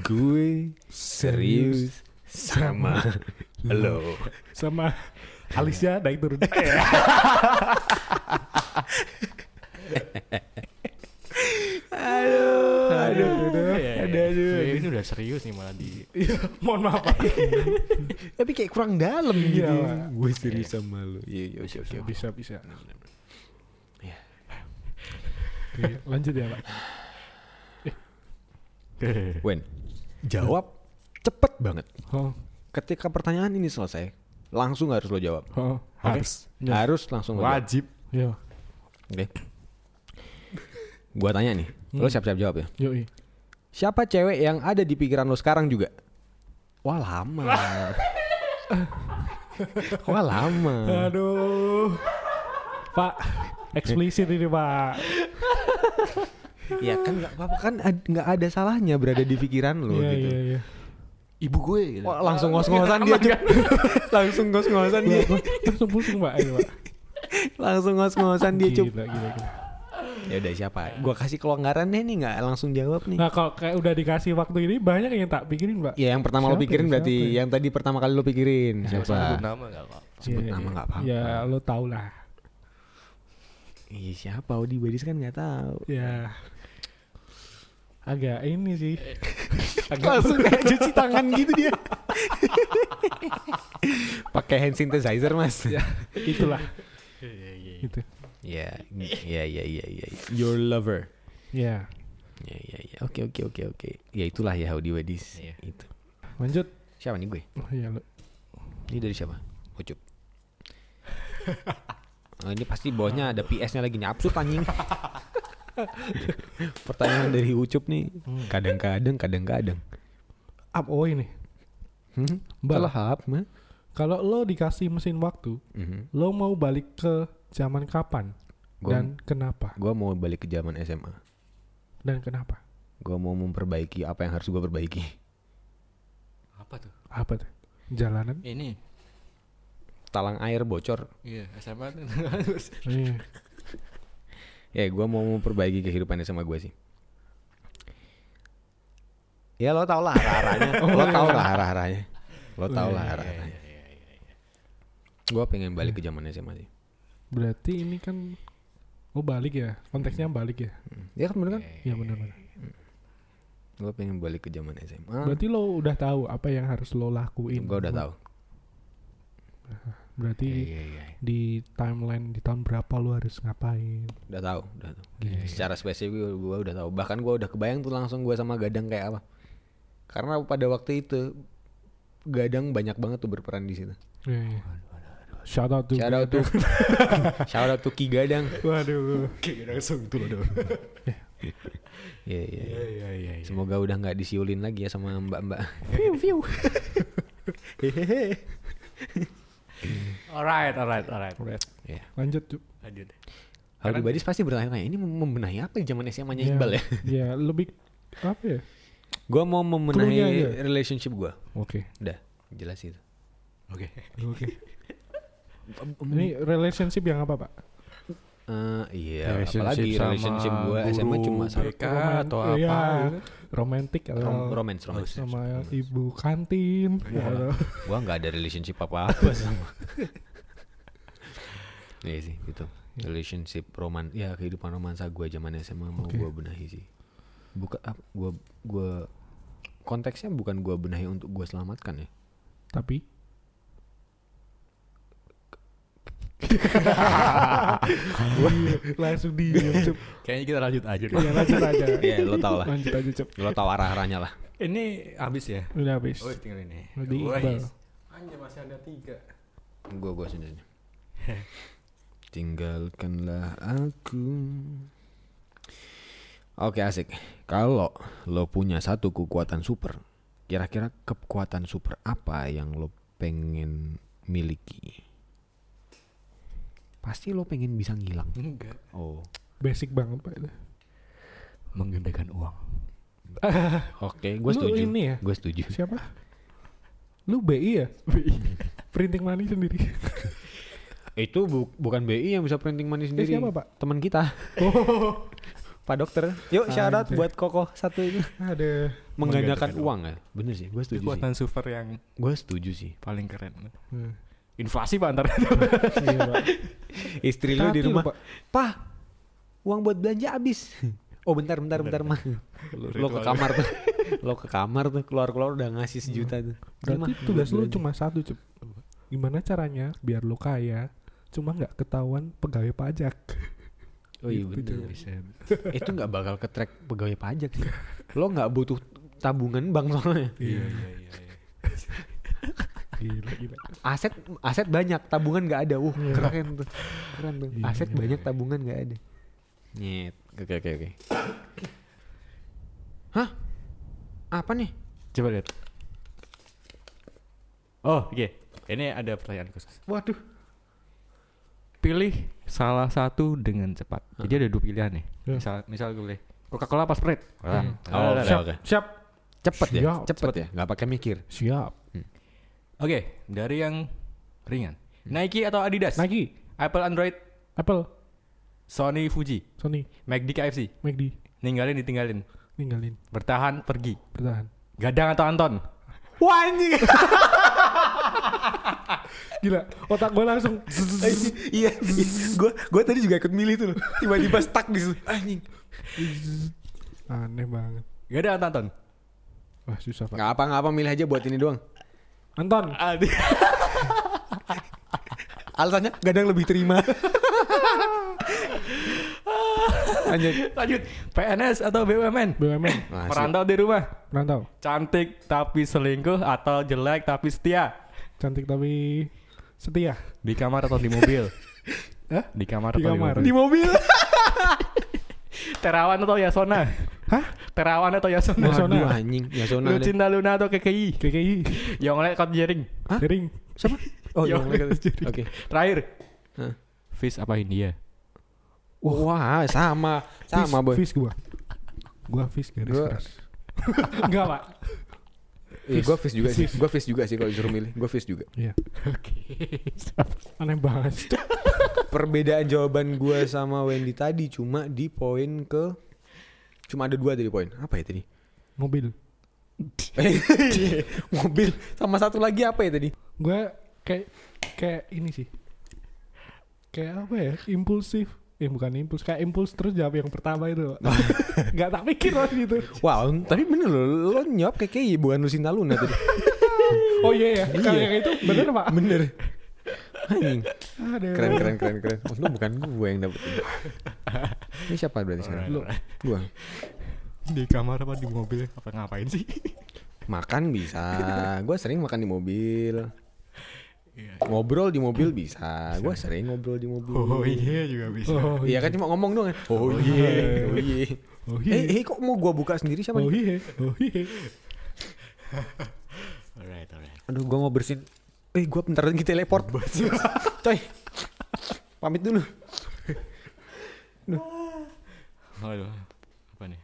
gue serius (laughs) sama lo.
Sama alisnya naik (laughs) turun.
Aduh,
aduh,
Iya,
aduh, aduh, aduh.
Ini udah serius nih malah di
Mohon maaf, Pak.
tapi kayak kurang dalam
Iya,
gitu.
Pak.
Gue serius sama lo. Iya, iya, oke, oke. oke.
Bisa, bisa. Iya. Oke, lanjut ya, Pak.
Wen, jawab cepet banget.
Oh,
Ketika pertanyaan ini selesai, langsung harus lo jawab.
oh, harus. Ya.
Harus langsung lo jawab.
wajib.
Yo,
Oke. Gua tanya nih,
Hmm.
lo siap-siap jawab ya.
yoi.
Siapa cewek yang ada di pikiran lo sekarang juga? Wah
(laughs)
lama. Wah lama.
Aduh. Pak, eksplisit ini Pak.
ya kan nggak apa-apa kan ad- nggak ada salahnya berada di pikiran lo
Iya
gitu.
iya iya.
Ibu gue gitu.
Wah, langsung ngos-ngosan dia Cuk. (laughs) langsung ngos-ngosan dia.
Gua- gua Langsung pusing Pak. Ayo, Pak.
Langsung ngos-ngosan (laughs) dia cup.
Gila, gila, gila.
Ya udah siapa? Gua kasih kelonggaran deh nih nggak langsung jawab nih.
Nah kalau kayak udah dikasih waktu ini banyak yang tak pikirin Pak.
Ya yang pertama lo
Siapa ya,
pikirin berarti
siapa ya?
yang tadi pertama kali lo pikirin
Gak usah sebut
Nah.
siapa?
nama gak apa
Sebut
nama nggak apa-apa.
Ya lo tau lah.
Iya siapa? Odi Badis kan nggak tahu.
Ya agak ini sih.
Langsung kayak cuci tangan gitu dia. (laughs) Pakai hand sanitizer mas. Ya,
Itulah. Gitu.
ya, ya, ya, ya, Your lover.
Ya
Ya, ya, ya. Oke, oke, oke, oke. Ya itulah ya Odi Badis.
Iya.
Itu.
lanjut.
Siapa nih gue?
Oh, Ya lo.
Ini dari siapa? Ucup. Nah, ini pasti bawahnya ada PS-nya lagi nyapsut anjing. Pertanyaan dari Ucup nih, kadang-kadang kadang-kadang.
Up oh ini.
Hmm?
Bal.
Lahap, mah.
Kalau lo dikasih mesin waktu,
Mhm.
lo mau balik ke zaman kapan
Gua-
dan kenapa?
Gua mau balik ke zaman SMA.
Dan kenapa?
Gua mau memperbaiki apa yang harus gua perbaiki.
Apa tuh?
Apa tuh? Jalanan?
(laughs)
Ini
Talang air bocor.
Iya SMA tuh (laughs)
Iya.
Ya, gua mau memperbaiki kehidupan SMA gua sih. Ya lo tau lah (laughs) arah-arahnya. lo tau lah arah-arahnya. Lo tau lah arah-arahnya. iya, Gua pengen balik ke zaman SMA sih.
Berarti ini kan Oh balik ya, konteksnya balik ya.
Ya kan bener kan?
Iya benar-benar.
Gue pengen balik ke zaman SMA.
Berarti lo udah tahu apa yang harus lo lakuin.
Gue Ah. udah tahu.
Berarti
Iya,
di timeline di tahun berapa lo harus ngapain?
Udah tahu, udah tahu. Secara spesifik gue udah tahu. Bahkan gue udah kebayang tuh langsung gue sama Gadang kayak apa. Karena pada waktu itu Gadang banyak banget tuh berperan di situ.
Iya, iya. Shout out to
Shout out tuh, (laughs) shout out tuh Ki Gadang.
Waduh.
gitu
Iya iya. iya.
Iya iya iya
Semoga udah nggak disiulin lagi ya sama mbak-mbak.
Alright alright alright
Alright.
Iya.
Lanjut Cuk.
Lanjut
Kalau di Badis pasti bertanya-tanya ini mem- membenahi apa di zaman SMA-nya
Iya.
Iqbal ya?
Iya, lebih apa ya?
Gue
Krunya
mau
aja.
membenahi relationship gue.
Oke.
Udah jelas itu.
Oke
Oke. Ini relationship yang apa, Pak?
Eh, iya,
Relationship
apalagi
sama
relationship gue SMA
guru
cuma sama
BK atau apa
Iya,
gitu.
Romantic atau
rom- Iya. romance,
Oh,
romance.
Eh, sama ibu kantin. Atau-
Gue nggak ada relationship apa-apa sama. Iya sih, gitu. Relationship roman, ya kehidupan romansa gue zaman SMA mau
Oke.
gue benahi sih. Bukan, gue gue konteksnya bukan gue benahi untuk gue selamatkan ya. (laughs)
Tapi langsung diem Cuk.
Kayaknya kita lanjut aja deh
Iya, lanjut aja.
Iya, lo tau lah.
Lanjut aja, Cuk.
Lo tau arah-arahnya lah.
Ini habis ya
Udah habis.
Oh tinggal ini
Jadi Iqbal.
Hanya masih ada tiga
Gue gue (laughs) sendiri. Tinggalkanlah aku. Oke asik. Kalau lo punya satu kekuatan super, kira-kira kekuatan super apa yang lo pengen miliki? Pasti lo pengen bisa ngilang.
Enggak
Oh.
Basic banget, Pak. itu.
Menggandakan uang
Oke, gue
Lu
setuju.
ini ya?
Gue setuju.
Siapa? Lu BI ya? Printing money sendiri.
Itu bu- bukan BI yang bisa printing money sendiri.
siapa, Pak?
Teman kita. Oh. Pak dokter. Yuk shout out
Anjir.
buat kokoh satu ini.
Ada
menggandakan uang ya bener sih gue setuju sih
Kekuatan super yang
gue setuju sih
paling keren
Hmm.
Inflasi pak ntar
Iya, Pak.
istri lu
Tapi
di
lu,
rumah
Pak,
pak uang buat belanja (laughs) habis oh bentar bentar bentar mah lo ke kamar tuh lo ke kamar tuh keluar keluar udah ngasih sejuta tuh
Berarti tugas lu cuma satu, Cuk. Gimana caranya biar lu kaya cuma nggak ketahuan pegawai pajak.
oh iya bener. itu nggak bakal ke track pegawai pajak sih lo nggak butuh tabungan bank soalnya
(laughs)
Iya iya iya iya.
Gila, gila.
aset aset banyak tabungan nggak ada uh
Iya.
keren tuh keren tuh
Iya,
aset
iya.
banyak tabungan nggak ada nyet oke oke oke hah apa nih
Coba lihat
iya.
Oh oke Ini ada pertanyaan khusus
Waduh.
Pilih
salah satu dengan cepat. Jadi ada dua pilihan nih.
Ya.
Misal misal gue boleh Coca-Cola apa Sprite? Coca-Cola.
Hmm.
Ya,
Coca-Cola.
Oke,
siap,
oke.
siap,
Oh, Cepet ya,
Siap.
cepet ya, nggak pakai mikir.
siap.
Oke, dari yang ringan. Nike atau Adidas?
Nike,
Apple Android,
Apple,
Sony Fuji,
Sony,
McD KFC.
McD,
Ninggalin ditinggalin.
ninggalin,
Bertahan pergi.
bertahan.
Gadang atau Anton?
Wah anjing. Gila, otak gue langsung.
(laughs)
(laughs)
Iya, gue gue tadi juga ikut milih tuh loh. Tiba-tiba stuck di situ. Anjing.
Aneh banget.
Gadang atau Anton?
Wah susah pak.
Nggak apa-ngapa milih aja buat ini doang.
Anton,
Alasannya gadang lebih terima.
Lanjut. (laughs) Lanjut. PNS atau BUMN?
BUMN,
Masih.
Merantau di rumah.
merantau.
Cantik tapi selingkuh atau jelek tapi setia?
Cantik tapi setia.
Di kamar atau di mobil?
(laughs) Hah?
Di kamar
Di
atau
kamar.
di mobil?
mobil.
Terawan atau Yasona?
Hah?
Terawan atau Yasona?
Yasona.
Waduh anjing, ya zona
Lu
deh.
cinta Luna atau KKI?
KKI,
Yonglek atau Jering?
Hah?
Jering,
Oh,
Yo, (laughs)
yang mereka-
Iya, jadi-
Oke.
Terakhir.
Hah?
Fish apa
ya?
India?
Wah, sama.
Fish-
Sama, Boy.
Fish gue. Gue fish garis
Gua-
keras. (laughs) Enggak pak.
Iya, gue fish juga sih.
Fish.
Gue fish juga sih kalau disuruh milih. Gue fish juga. (laughs)
Iya. Aneh banget. (laughs)
Perbedaan jawaban gue sama Wendy tadi cuma di poin ke cuma ada dua tadi poin. Apa ya tadi? (laughs)
Mobil.
Mobil sama satu lagi apa ya tadi?
Gue kayak kayak ini sih. Kayak apa ya? Impulsif. Eh bukan impuls, kayak impuls terus jawab yang pertama itu.
(laughs)
Pak. Nggak tak pikir lah gitu.
Wow, tapi bener lo, lo nyop KKI bukan Lucinta Anu Luna tadi.
Oh iya ya, kalau
Iya.
yang itu bener pak.
bener. Anjing.
Aduh.
Keren keren keren keren. Untung bukan gue yang dapet. ini. Ini siapa berarti sekarang? Lu. Gue.
Di kamar apa di mobil? Apa ngapain sih?
Makan (laughs) bisa. Gue sering makan di mobil. Ngobrol di mobil Iya, bisa. Gue sering ngobrol di mobil.
(laughs) Oh iya juga bisa.
Oh
Iya kan cuma ngomong doang kan. Oh iya. Oh iya.
Oh
Eh,
iya.
eh, kok mau gue buka sendiri siapa
Oh
nih?
iya. Oh iya.
Alright, alright.
Aduh, gue mau bersihin. Eh, gue bentar lagi (laughs) teleport. Coy. Pamit dulu.
Aduh, apa nih?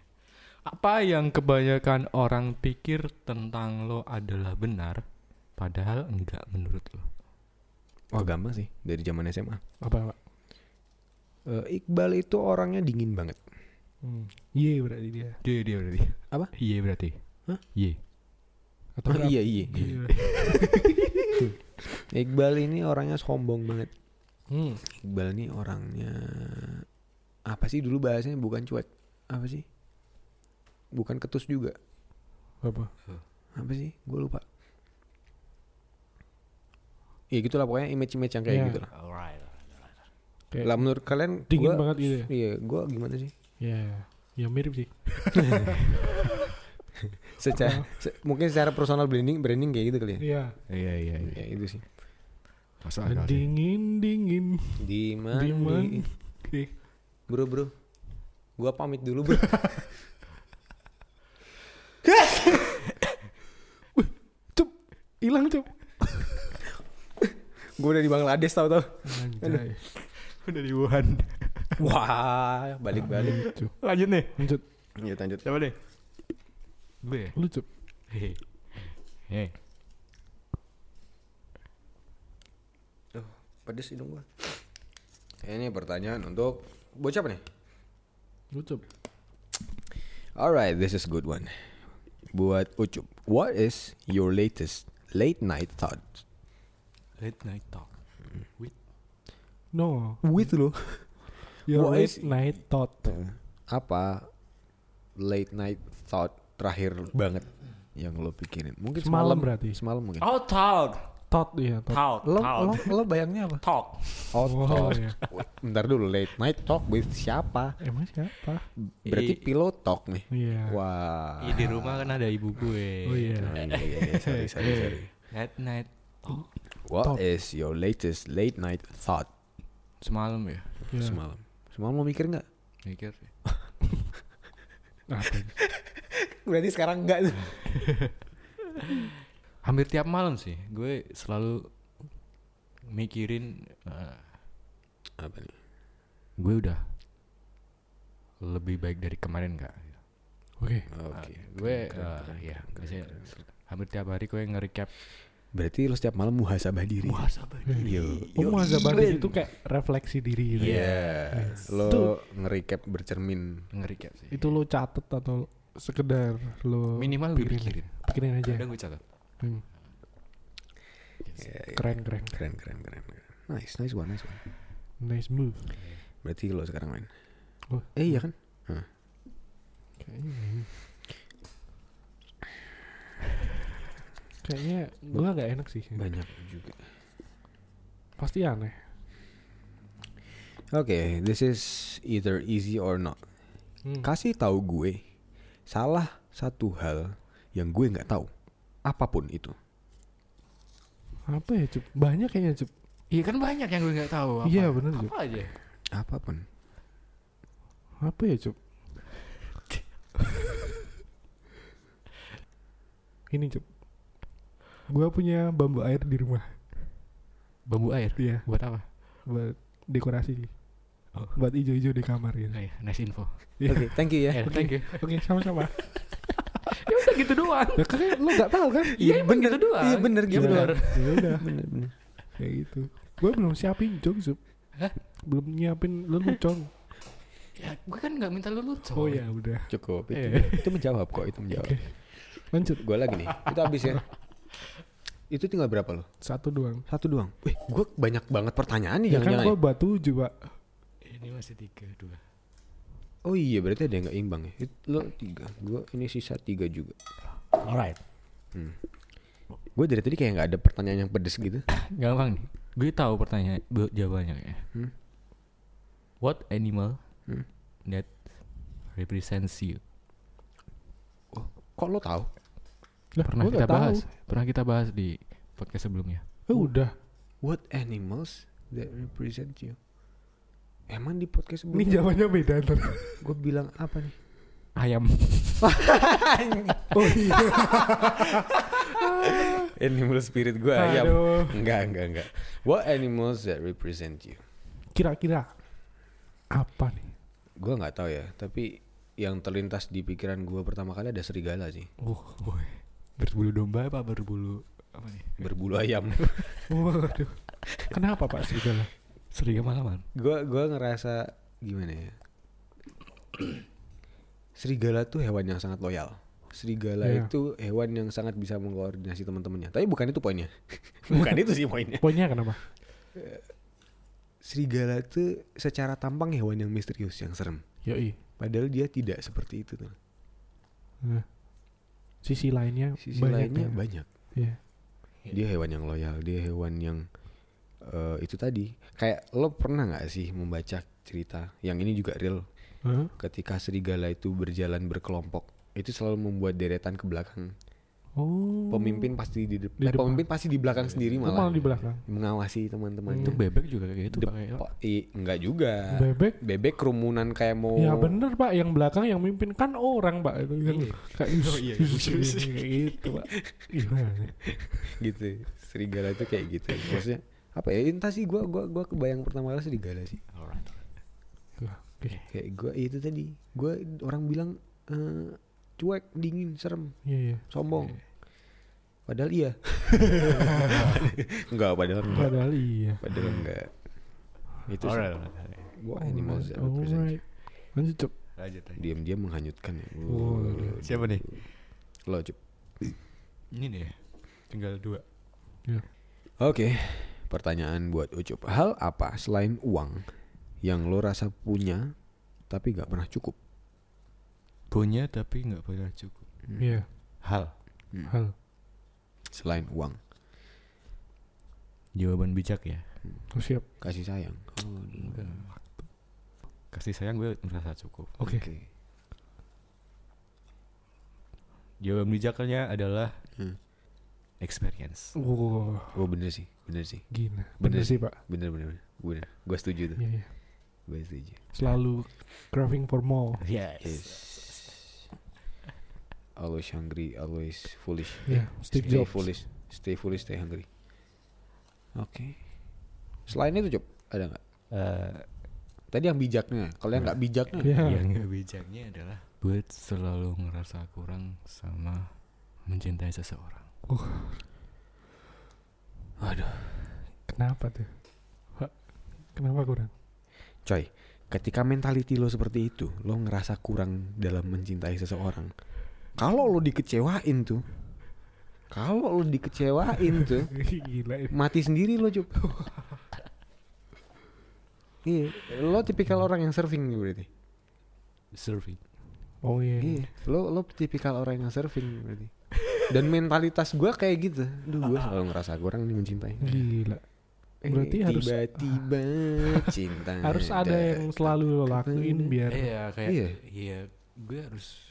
Apa yang kebanyakan orang pikir tentang lo adalah benar, padahal enggak menurut lo?
Wah, gampang sih dari zaman SMA.
Apa pak?
Eh, Iqbal itu orangnya dingin banget.
Hmm. Iya berarti dia.
Iya dia berarti.
Apa?
Iya berarti.
Hah?
Iya.
Atau
Ah,
berapa?
iya, iya.
Iya.
Iqbal ini orangnya sombong banget.
Hmm.
Iqbal ini orangnya apa sih dulu bahasanya bukan cuek. Apa sih? Bukan ketus juga.
Apa?
Apa sih? Gue lupa. Ya gitulah pokoknya image-image yang kayak
Ya.
gitu lah.
Alright.
Kayak
Lah menurut kalian
dingin
gua-
banget gitu ya.
Iya, gue gimana sih?
Iya. Ya mirip sih.
Secara se- mungkin secara personal branding branding kayak gitu kali ya.
Iya.
Iya, iya, iya.
Ya itu sih.
Masuk akal sih.
Dingin dingin.
Di
Diman.
mandi.
Oke.
Bro, bro. Gua pamit dulu, bro. (laughs)
Cup. Hilang cup.
gua udah di Bangladesh tahu-tahu.
Anjay.
Udah di Wuhan. (laughs)
Wah, balik-balik.
Lucu.
Lanjut nih.
Lanjut.
Iya,
Lanjut, lanjut.
Siapa deh? Gue ya?
Lucu.
Hei. Hei.
Pedes hidung gua. Eh, Ini pertanyaan untuk bocah apa nih?
Lucu.
Alright, this is good one. Buat Ucup, what is your latest late night thought?
Late night talk.
No.
With lo.
Your
What
late
is-
night thought.
Apa late night thought terakhir banget yang lo pikirin? Mungkin
Semalam
semalam,
berarti.
Semalam mungkin.
Oh talk,
Thought ya. Thought.
talk,
Lo,
talk,
lo, lo bayangnya apa?
talk.
Oh,
Oh, iya.
Bentar dulu, late night talk with siapa?
Emang siapa?
Berarti
I-
pilot talk nih.
Iya.
Wah.
Iya, di rumah kan ada ibu gue.
Oh iya.
Keren, iya, iya, iya. Sorry, sorry, sorry.
Late night
What
Thought.
is your latest late night thought
semalam ya.
Iya.
semalam? Semalam mau mikir nggak?
Mikir.
Apa?
Berarti sekarang nggak tuh.
Hampir tiap malam sih. Gue selalu mikirin eh,
Apa nih?
gue udah lebih baik dari kemarin nggak
Oke.
Oke. gue eh, ya biasanya hampir tiap hari gue nge-recap
Berarti lo setiap malam muhasabah diri.
muhasabah
Iya. Yo.
Oh, muhasabah diri itu kayak refleksi diri gitu. ya?
Iya. Lo ngerikap bercermin.
nge-recap sih.
Itu lo catet atau sekedar lo
minimal gue pikirin.
pikirin aja.
Kadang gue catat.
Hmm, keren keren.
Iya, Keren, keren, keren. keren. Nice, nice one, nice one.
Nice move.
Berarti lo sekarang main.
Oh.
Eh iya kan?
Kayaknya. Kayaknya gue nggak enak sih.
Banyak juga.
Pasti aneh.
Oke, this is either easy or not.
Hmm.
Kasih tahu gue salah satu hal yang gue nggak tahu. Apapun itu.
Apa ya cup? Banyak kayaknya cup.
Iya kan banyak yang gue nggak tahu. Apa,
Iya, bener, Jok.
Apa aja?
Apapun.
Apa ya cup? Ini cup. Gue punya bambu air di rumah.
Bambu air.
Iya.
Buat apa?
buat dekorasi
Oh.
buat ijo-ijo di kamar gitu.
Oh, iya. Nice info.
Iya.
Oke, thank you ya.
Eh, thank you.
Oke, sama-sama.
(laughs) ya udah gitu doang.
Ya kan lu gak tahu kan?
Iya emang gitu doang.
Iya bener
(laughs) Iya,
gitu.
bener.
Ya udah,
Bener, bener.
kayak gitu. Gue belum siapin jok, Sup.
Hah?
Belum nyiapin lelucon.
Ya, gue kan nggak minta lu lucu.
Oh ya udah.
Cukup itu.
Eh.
Itu menjawab kok, itu menjawab.
Oke. Lanjut.
Gue lagi nih. Itu habis ya. Itu tinggal berapa lo?
Satu doang.
Satu doang. Wih, gue banyak banget pertanyaan nih
Iya,
Ya kan
jangan-jangan.
gue
ya?
buat tujuh, Pak.
Ini masih tiga dua.
Oh iya, berarti ada yang nggak imbang ya. It- Lo tiga, gue ini sisa tiga juga.
Alright.
Gue dari tadi kayak nggak ada pertanyaan yang pedes gitu.
Gampang nih. Gue tahu pertanyaan bu- jawabannya kayaknya.
Hmm.
What animal
Hmm.
that represents you?
Kok lo tahu?
Lah,
Pernah
gua
kita
nggak tahu.
bahas. Pernah kita bahas di podcast sebelumnya.
Eh, udah.
What animals that represent you? Emang di podcast
Ini jawabannya beda
(laughs)
ntar.
Iya,
gue bilang apa nih?
Ayam.
Oh
(laughs)
iya.
Animal spirit ya gue
Aduh.
Enggak, enggak, enggak. What animals that represent you?
Kira-kira apa nih?
Gue nggak tahu ya, tapi yang terlintas di pikiran gue pertama kali ada serigala sih.
Oh, boy. Berbulu domba apa berbulu apa nih?
Berbulu (laughs) ayam.
Waduh. Kenapa Pak Serigala?
Serigala malaman.
Gue gua ngerasa gimana ya? Serigala tuh hewan yang sangat loyal. Serigala
Iya.
itu hewan yang sangat bisa mengkoordinasi teman-temannya. Tapi bukan itu poinnya. (laughs) bukan itu sih poinnya.
Poinnya kenapa?
serigala itu secara tampang hewan yang misterius yang serem
Yoi.
padahal dia tidak seperti itu tuh
Nah. Sisi lainnya
sisi
banyak
lainnya
ya.
banyak
Iya.
dia hewan yang loyal dia hewan yang eh, itu tadi kayak lo pernah nggak sih membaca cerita yang ini juga real
Hah?
ketika serigala itu berjalan berkelompok itu selalu membuat deretan ke belakang
Oh.
pemimpin pasti di, dep-
Di
eh,
depan. Iya.
pemimpin pasti di belakang sendiri
Lu
malah,
malah
ya.
di belakang.
mengawasi teman-teman
Itu bebek juga kayak gitu
Dep-
pakai
i- enggak
Nah.
juga
Bebek.
bebek kerumunan kayak mau
Ya bener pak, yang belakang yang mimpin kan orang pak itu kan kayak gitu,
Oh. iya,
kayak gitu pak. Gimana?
gitu serigala itu kayak gitu maksudnya apa ya entah sih gue gua gua kebayang pertama kali serigala sih
Alright.
Oke,
kayak gue itu tadi gue orang bilang eh, cuek dingin serem
iya iya.
sombong padahal iya (laughs) enggak padahal enggak
Padahal iya.
padahal enggak itu sih
Alright.
gue animal
Alright, alright. Lanjut Cuk.
Lanjut aja.
diam-diam menghanyutkan ya
Waduh.
Siapa nih?
lo Cuk.
Ini deh. Tinggal dua.
Oke, pertanyaan buat Ucup. Hal apa selain uang yang lo rasa punya tapi gak pernah cukup?
Punya tapi nggak pernah cukup.
Iya.
Hal. Hmm.
Hal.
Selain uang,
Jawaban bijak ya.
Oh, siap.
kasih sayang.
Kasih sayang gue merasa cukup.
Oke.
Jawaban bijaknya adalah
Hmm.
experience.
Wah,
Oh bener sih, bener sih,
gina.
Bener.
Bener sih pak.
bener bener bener. bener. Gue setuju tuh,
Iya iya.
gue setuju.
Selalu craving for more.
Yes.
Yes. Always hungry, always foolish.
Iya. Steve
stay
Jobs.
foolish, stay foolish, stay hungry. Oke. Selain itu Cuk, ada nggak?
Eh,
Tadi yang bijaknya. Kalau yang nggak bijaknya,
Iya.
yang gak bijaknya adalah buat selalu ngerasa kurang sama mencintai seseorang
Kenapa tuh? Wah, Kenapa kurang? (laughs)
coy. Ketika mentality lo seperti itu, lo ngerasa kurang dalam mencintai seseorang. Kalau lo dikecewain tuh, kalau lo dikecewain tuh,
Gila ya. ini.
mati sendiri lo cup. Iya, lo tipikal orang yang surfing nih berarti.
surfing
Oh iya.
Iya, lo lo tipikal orang yang surfing berarti. Dan mentalitas gua kayak gitu. Duh, gua selalu ngerasa kurang nih mencintai.
Gila. Berarti
Eh,
harus
(laughs) tiba-tiba cinta.
harus ada yang selalu lo lakuin biar
iya kayak
Iya.
iya, gue harus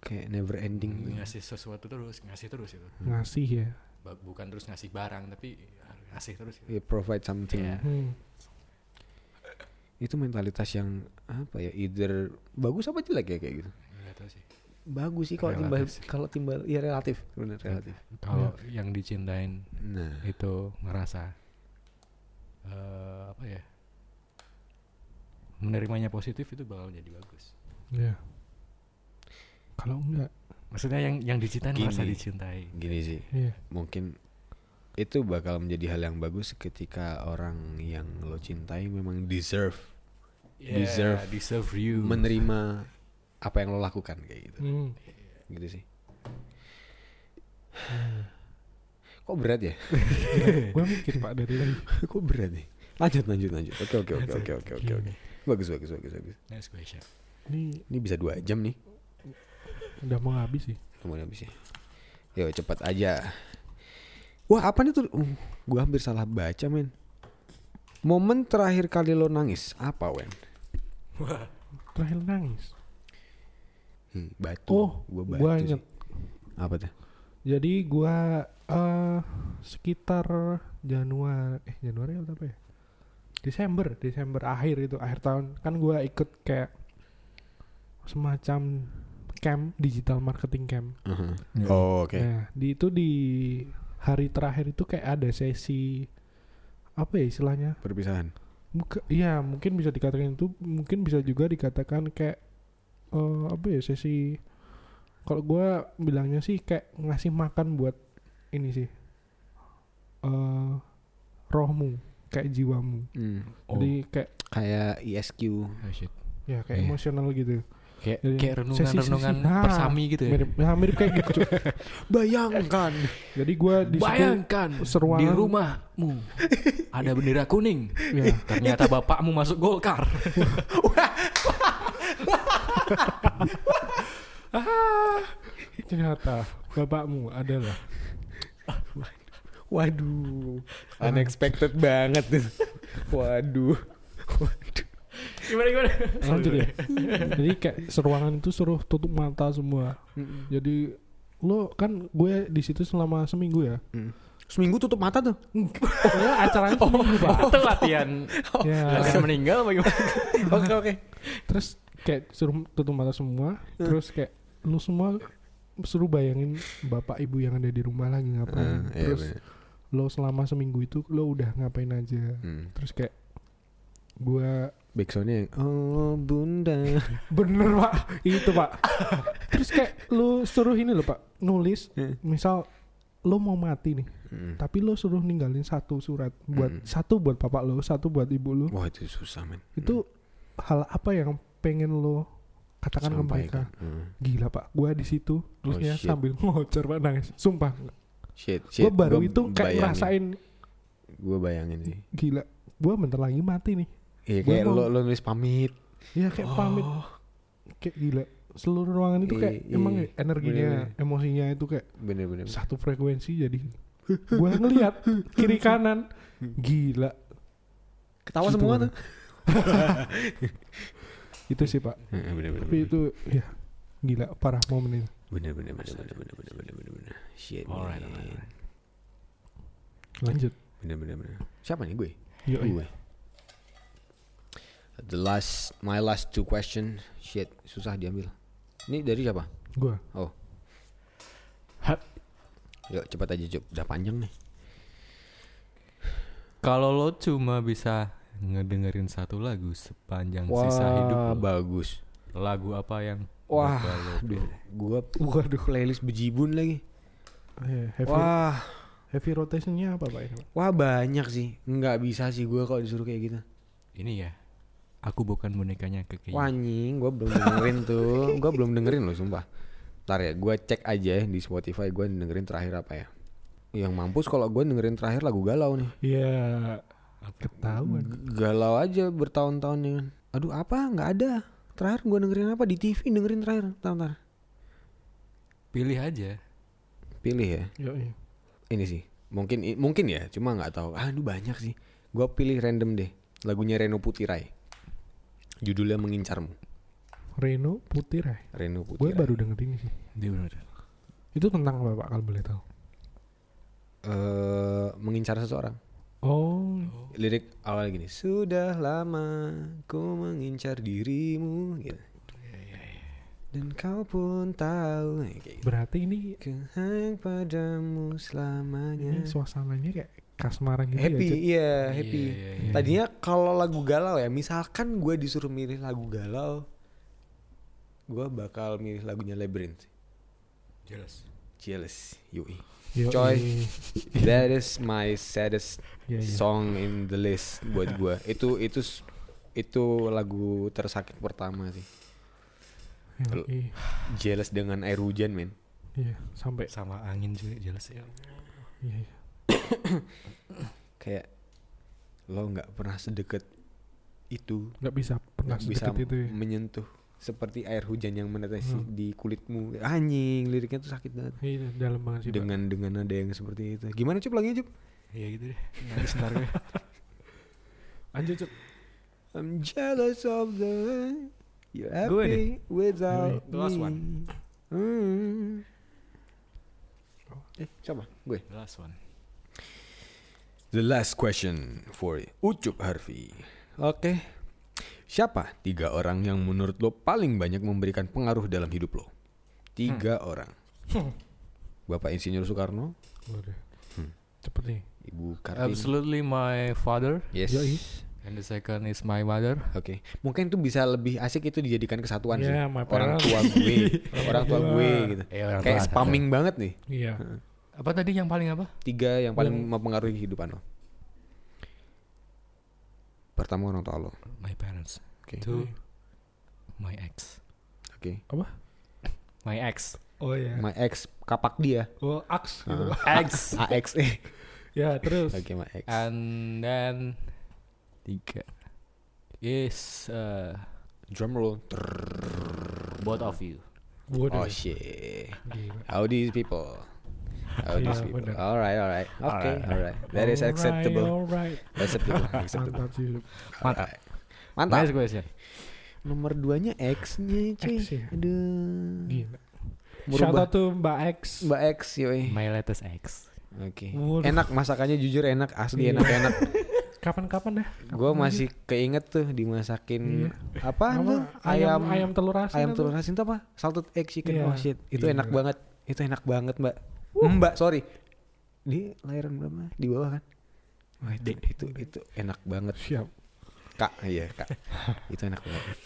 kayak never ending. tuh.
ngasih sesuatu terus ngasih terus itu
ngasih ya.
Ba- bukan terus ngasih barang tapi ngasih terus gitu.
Iya, provide something.
Iya.
Hmm.
Itu mentalitas yang apa ya? Either bagus apa jelek ya kayak gitu.
Nggak tahu sih
Bagus sih kalau timbal
Relatif.
kalau timbal ya relatif, bener relatif.
kalau yang dicintain
Nah,
itu ngerasa eh, apa ya menerimanya positif itu bakal jadi bagus
Iya. Kalau enggak,
maksudnya yang yang dicintain merasa
Gini.
dicintai
gini sih.
iya.
Mungkin itu bakal menjadi hal yang bagus ketika orang yang lo cintai memang deserve
Yeah,
Deserve.
Ya, deserve you
menerima apa yang lo lakukan kayak gitu.
Hmm.
Gitu sih. Kok berat ya?
Gue mikir Pak dari tadi.
(laughs) Kok berat nih? Lanjut lanjut lanjut. Oke oke oke oke oke oke oke. Bagus bagus bagus bagus.
next question
Ini
Ini bisa dua jam nih.
udah mau habis sih.
Kemudian habis ya. Yo cepat aja. Wah apa nih tuh? Uh, gua hampir salah baca men. Momen terakhir kali lo nangis apa Wen?
Terakhir nangis.
Hmm, batu.
Oh,
gua batu.
gue
sih.
inget.
Apa tuh?
Jadi gua eh sekitar Januari eh Januari atau apa ya? Desember, Desember akhir itu akhir tahun kan gua ikut kayak semacam camp digital marketing camp.
Uh-huh.
Ya.
Oh oke.
Nah, di itu di hari terakhir itu kayak ada sesi apa ya istilahnya?
Perpisahan.
Buka, ya mungkin bisa dikatakan itu, mungkin bisa juga dikatakan kayak eh apa ya sesi kalau gua bilangnya sih kayak ngasih makan buat ini sih eh rohmu kayak jiwamu
Hmm.
oh,
jadi kayak
Kayak E ISQ.
oh shit.
ya kayak
Iya.
emosional gitu
kayak
Jadi
kayak
sesi- sesi-
renungan-renungan
nah,
persami gitu ya
mirip ya, mirip kayak
(laughs)
gitu Cuk.
Bayangkan.
jadi gua di situ
bayangkan
seruangan-
di rumahmu ada bendera kuning
ya
ternyata bapakmu masuk Golkar
ternyata bapakmu adalah
(laughs) Waduh, unexpected banget. Waduh.
gimana gimana
lanjut ya jadi kayak seruangan itu suruh tutup mata semua
Hmm.
jadi lo kan gue di situ selama seminggu ya
Seminggu tutup mata tuh.
oh, acaranya seminggu pak
Oh.
itu latihan
ya
latihan meninggal bagaimana
Oke oke.
terus kayak suruh tutup mata semua terus kayak lu semua suruh bayangin bapak ibu yang ada di rumah lagi
Ah, Hmm,
ngapain
Eh, iya,
terus lo selama seminggu itu lo udah ngapain aja terus kayak gua
Hmm. Backsoundnya yang oh bunda.
bener pak itu pak terus kayak lu suruh ini lo pak nulis
Hmm.
misal lo mau mati nih tapi lo suruh ninggalin satu surat buat
Hmm.
satu buat bapak lo satu buat ibu lo
Wah itu susah men. Hmm.
itu hal apa yang pengen lo katakan ke
kan.
mereka
Hmm.
gila pak gua di situ terusnya
Oh, shit.
sambil (laughs) ngocor pak nangis sumpah
Shit, shit.
gue baru itu kayak ngerasain
Gue bayangin sih.
gila gua bentar lagi mati nih
Iya
Gua
kayak
mau-
lo lo nulis pamit.
ya
Oh.
kayak pamit kayak gila seluruh ruangan itu kayak
Iya,
emang
iya.
energinya
Bener-bener.
emosinya itu kayak
Bener-bener.
satu frekuensi jadi gua ngelihat kiri kanan gila
Ketawa
Gitu,
semua
Bang.
tuh.
(laughs) itu sih pak
Heeh, Bener-bener.
tapi itu ya gila parah momen itu
Bener-bener. Bener-bener. Bener-bener. bener-bener, bener. Shit.
Alright,
man.
alright,
lanjut
Bener-bener. bener. Siapa nih gue?
yuk
Gue. The last, my last two question. Shit, susah diambil. Ini dari siapa?
gua
Oh.
Hap.
Yuk cepat aja Cuk. Udah panjang nih.
kalau lo cuma bisa ngedengerin satu lagu sepanjang
Wah,
sisa hidup lo.
bagus.
lagu apa yang
Wah,
bakal lo
aduh,
pilih?
gua waduh playlist bejibun lagi.
Eh, heavy,
Wah,
heavy rotationnya apa pak? ini, Pak?
wah banyak sih. Nggak bisa sih gua kalau disuruh kayak gitu.
ini ya aku bukan bonekanya keke
Wah, anjing, gua belum dengerin tuh. Iya. (laughs) Gua belum dengerin loh, sumpah. Ntar ya, gua cek aja ya di Spotify gua dengerin terakhir apa ya. Yang mampus kalau gua dengerin terakhir lagu galau nih.
Iya, ketahuan.
Hmm. Galau aja bertahun-tahun ya. Aduh, apa? Nggak ada. Terakhir gua dengerin apa di TV dengerin terakhir. Bentar, bentar.
pilih aja
Pilih ya.
Yo, iya.
ini sih mungkin i- mungkin ya cuma nggak tahu ah aduh banyak sih gua pilih random deh lagunya Reno Putirai judulnya mengincarmu
Reno Putirai.
Reno
Gue
Putirai
baru denger ini sih.
dia bener
Itu tentang apa pak? Kalau boleh tahu.
Eh, mengincar seseorang
Oh,
lirik awal gini sudah lama ku mengincar dirimu gitu iya. dan kau pun tahu Ya, kayak gitu.
berarti ini,
Kehang padamu
ini
selamanya
suasananya kayak kasmaran gitu
Iya. happy
ya. Cep?
iya happy tadinya kalau lagu galau ya misalkan gue disuruh milih lagu galau gue bakal milih lagunya Labyrinth
jelas
Jealous yoi
Yo,
Coy.
iya.
that is my saddest
Iya, iya.
song in the list buat gue
(laughs)
itu itu s- itu lagu tersakit pertama sih
Yo,
Lu-
iya.
Jealous dengan air hujan men
Iya, sampai.
sama angin juga jelas ya
Iya, iya.
kayak lo nggak pernah sedekat itu
Gak bisa pernah
nggak bisa
sedekat itu ya.
menyentuh seperti air hujan yang menetes
Hmm.
di kulitmu anjing liriknya tuh sakit banget
Iya, dalam banget sih. Pak.
Hmm.
Iya,
dengan dengan ada yang seperti itu gimana cup lagi cup
ya gitu deh nangis ntar
(laughs)
gue
Anjir, Cep.
I'm jealous of the way you happy
Gue
without
The last
me.
one.
Hmm. Eh, siapa? Gue.
The last one
The last question for Ucup Harvey. Oke. Siapa tiga orang yang menurut lo paling banyak memberikan pengaruh dalam hidup lo? Tiga
Hmm.
orang. Bapak Insinyur Soekarno,
Waduh. Cepet nih.
Ibu Kartini.
absolutely my father
Yes.
Yoi.
and the second is my mother
Oke, mungkin itu bisa lebih asik itu dijadikan kesatuan
Yeah,
sih.
my
Orang
parents.
tua
(laughs)
gue, orang tua
Gua.
gue gitu.
Eh, orang tua.
Kayak spamming banget nih.
Iya.
apa tadi yang paling apa
Tiga yang paling
Yang-
mempengaruhi kehidupan lo. Pertama orang tua lo.
my parents
Oke.
two
Iya.
my ex
Oke.
my ex
Oh iya.
My ex kapak dia.
Oh, aks gitu.
Uh, (laughs)
ex
AX. Oke,
(laughs) Ya, terus.
Eh, my ex.
Ah.
and then tiga is uh,
Drum roll.
both of you
Waduh.
Oh shit.
Gila.
How these people? How
Iya,
these people?
bener.
Alright, alright. Oke, alright. That is
Alright,
acceptable.
alright.
Acceptable.
(laughs)
acceptable.
Mantap sih.
mantap
Alright. Mantap.
nice question
Nomor duanya X-nya cuy.
X ya.
Aduh.
Gila. Shout
Merubah
out to Mbak X.
Mbak X yoi.
my latest ex
Oke.
Waduh.
Enak masakannya jujur enak, asli
Iya.
enak-enak.
Kapan-kapan ya? dah.
Gua masih keinget tuh
Iya.
dimasakin apa
Apa?
tuh?
Ayam ayam telur asin.
ayam
apa?
telur asin tuh apa? Salted egg chicken.
Iya.
Oh shit, itu
Gila.
enak banget. Itu enak banget, Mbak. Mbak, sorry. Di lahiran berapa? Di bawah kan? Wah, itu, itu itu enak banget.
Siap.
Kak, iya, (laughs) Kak. itu enak banget.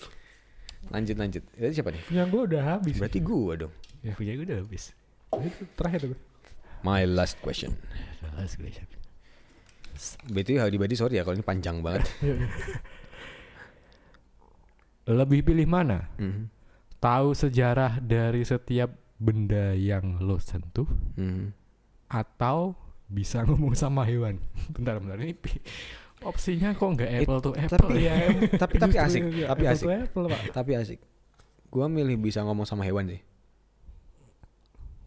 Lanjut lanjut. Itu siapa nih?
Punya gue udah habis.
Berarti gua dong.
ya punya gue udah habis
Itu
(laughs)
terakhir tuh.
My last question.
the last question
BTW howdy buddy sorry ya kalau ini panjang banget.
Iya, iya.
lebih pilih mana
Mhm.
tahu sejarah dari setiap benda yang lo sentuh
Mhm.
atau bisa (laughs) ngomong sama hewan bentar bentar ini pi- opsinya kok nggak
Eh,
apple to apple
tapi-
ya
iya. Tapi tapi
Justru
asik,
iya,
tapi
apple
asik,
to apple, Pak.
tapi asik. Gua milih bisa ngomong sama hewan sih.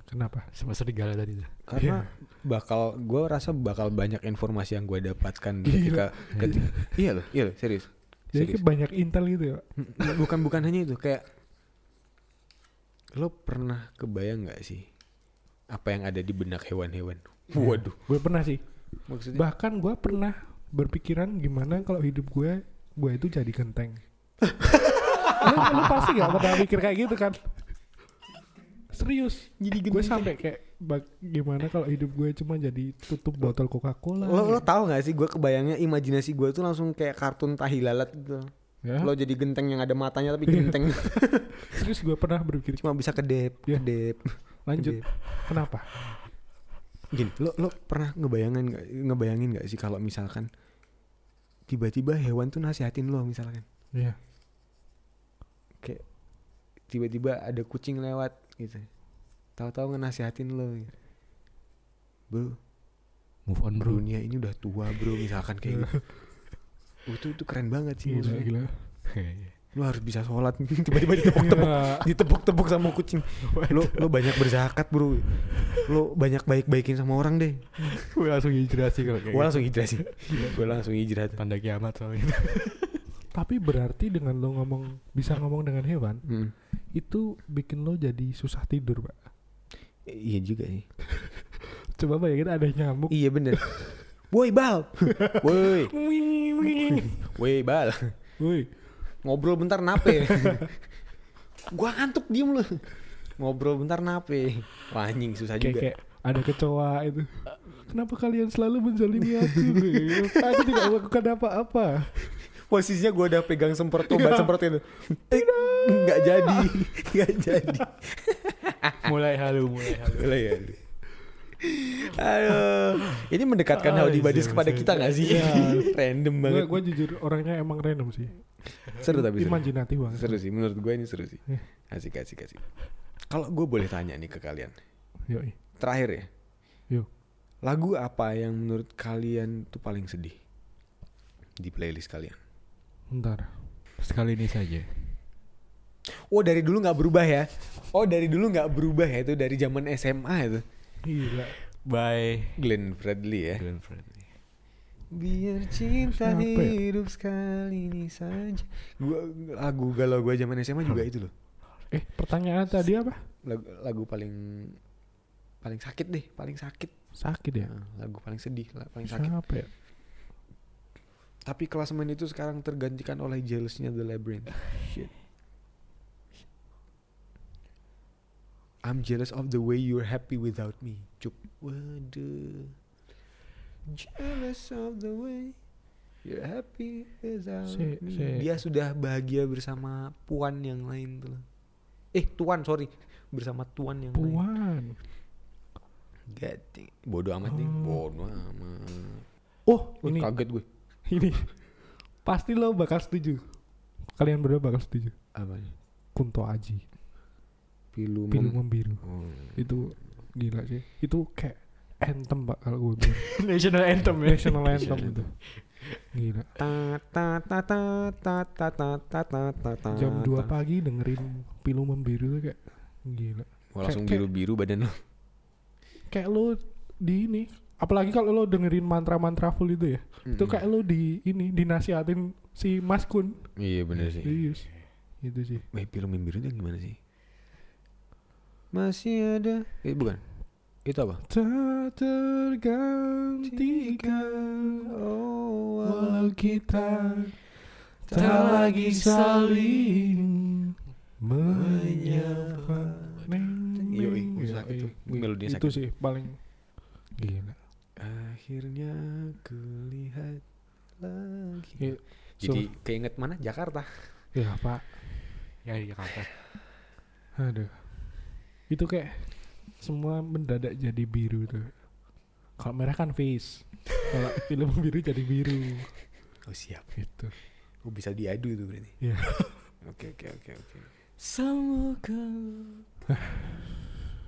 Kenapa?
sama serigala tadi tuh
Karena bakal gua rasa bakal banyak informasi yang gua dapatkan ketika, ketika (laughs) iya loh, iya loh, serius.
Jadi
Serius.
kayak banyak intel gitu ya, Pak.
Mm, bukan bukan hanya itu kayak lo pernah kebayang nggak sih apa yang ada di benak hewan-hewan? Waduh,
Gue pernah sih.
Iya. maksudnya
Bahkan gue pernah berpikiran gimana kalau hidup gue, gue itu jadi
(laughs)
genteng. lu, lu pasti gak pernah mikir kayak gitu kan? serius
Jadi
gue sampai kayak bagaimana kalau hidup gue cuma jadi tutup botol Coca Cola
Lo, lo tau gak sih gue kebayangnya imajinasi gue tuh langsung kayak kartun tahi lalat gitu.
Ya.
Lo jadi genteng yang ada matanya tapi genteng. (laughs)
serius gue pernah berpikir
Cuma bisa kedep,
Iya.
kedep.
lanjut kenapa
Gini, lo, lo pernah ngebayangin gak, ngebayangin gak sih kalau misalkan tiba-tiba hewan tuh nasihatin lo misalkan.
Iya.
Tiba-tiba ada kucing lewat gitu. Tahu-tahu ngenasihatin lo. gitu. Bro,
Move on bro. (laughs)
dunia ini udah tua bro misalkan kayak gitu. Oh, itu, itu keren banget sih.
gila
maksudnya.
Iya, gila
Iya.
Lo harus bisa sholat (laughs) tiba-tiba ditepuk-tepuk.
Iya.
(laughs) ditepuk-tepuk sama kucing. Lo lo banyak berzakat, Bro. Lo banyak baik-baikin sama orang deh.
Gue langsung hijrah sih kalau
Iya, gitu.
gitu.
Gue langsung hijrah sih. Gue langsung hijrah. tuh.
Tanda kiamat soalnya. (laughs)
tapi berarti dengan lo ngomong bisa ngomong dengan hewan
Mm.
itu bikin lo jadi susah tidur pak
Iya juga sih.
coba bayangin ada nyamuk
Iya bener. Woi Bal. Woi. Woi Bal.
woi
Ngobrol bentar nape. Gua ngantuk diem lu. Ngobrol bentar nape. Wah anjing susah
kayak
juga.
kayak ada kecoa itu kenapa kalian selalu menzalimi aku Ril? aku tidak melakukan apa-apa
Posisinya gua udah pegang semprot obat semprot itu. Iya. Tidak. Enggak jadi. Enggak jadi.
mulai halu, mulai halu.
Boleh ya. Aduh, ini mendekatkan Howdy Buddies kepada kita gak sih? Random
gue
banget.
gue jujur orangnya emang random sih
seru tapi seru.
imajinatif banget
Seru sih, menurut gue ini seru sih. Asik, asik, asik. Kalau gue boleh tanya nih ke kalian.
Yoi.
Terakhir ya.
Yuk.
Lagu apa yang menurut kalian tuh paling sedih? Di playlist kalian.
ntar
Sekali ini saja.
Oh dari dulu gak berubah ya? Oh dari dulu gak berubah ya itu dari zaman SMA itu.
gila
Bye.
Glenn Fredly ya.
Glenn Fredly.
Biar cinta
Siapa ya?
hidup sekali ini saja. Gua lagu galau gua zaman SMA juga itu loh.
eh pertanyaan tadi apa
Lagu, lagu paling paling sakit deh, paling sakit.
sakit ya
Nah, Lagu paling sedih, la- paling sakit.
siapa ya
Tapi klasemen itu sekarang tergantikan oleh jealousnya The Labyrinth. Shit. I'm jealous of the way you're happy without me. Cup. Waduh. Jealous of the way you're happy without
Si-
me.
si-
Dia sudah bahagia bersama puan yang lain tuh. loh. Eh, tuan, sorry. Bersama tuan yang lain.
puan
Gating. Bodoh amat nih. Bodoh amat.
oh
Ini
ini
kaget gue.
ini pasti lo bakal setuju kalian berdua bakal setuju
Apa?
Kunto Aji
Hmm. Pilu,
pilu
mem-
membiru
Oh.
itu gila sih itu kayak anthem pak kalau gue bilang
(laughs) National anthem ya.
national
(laughs) Iya,
anthem itu gila
ta ta ta ta ta ta ta ta ta ta ta
jam 2 pagi dengerin pilu membiru tuh kayak gila
Wah, langsung
Kayak-
biru biru badan lo
kayak lo di ini apalagi kalau lo dengerin mantra-mantra full itu ya (laughs) itu
Hmm.
kayak lo di ini dinasihatin si Mas Kun
iya bener sih
serius itu sih
Wih, pilu biru itu gimana sih masih ada eh bukan itu apa
tak tergantikan
oh
walau kita tak lagi saling menyapa. Neng,
Yoi,
neng.
gue sakit
Yoi.
tuh. Melodinya
Itu
sakit.
sih paling gila.
akhirnya kulihat lagi
Ya,
jadi keinget mana Jakarta
ya Pak.
Yang di Jakarta.
Aduh. Itu kayak semua mendadak jadi biru tuh. Kalau merah kan face.
(laughs)
Kalau film biru jadi biru
oh siap
gitu.
oh bisa diadu itu berarti
Iya.
(laughs) oke oke oke oke
Semoga.
(laughs)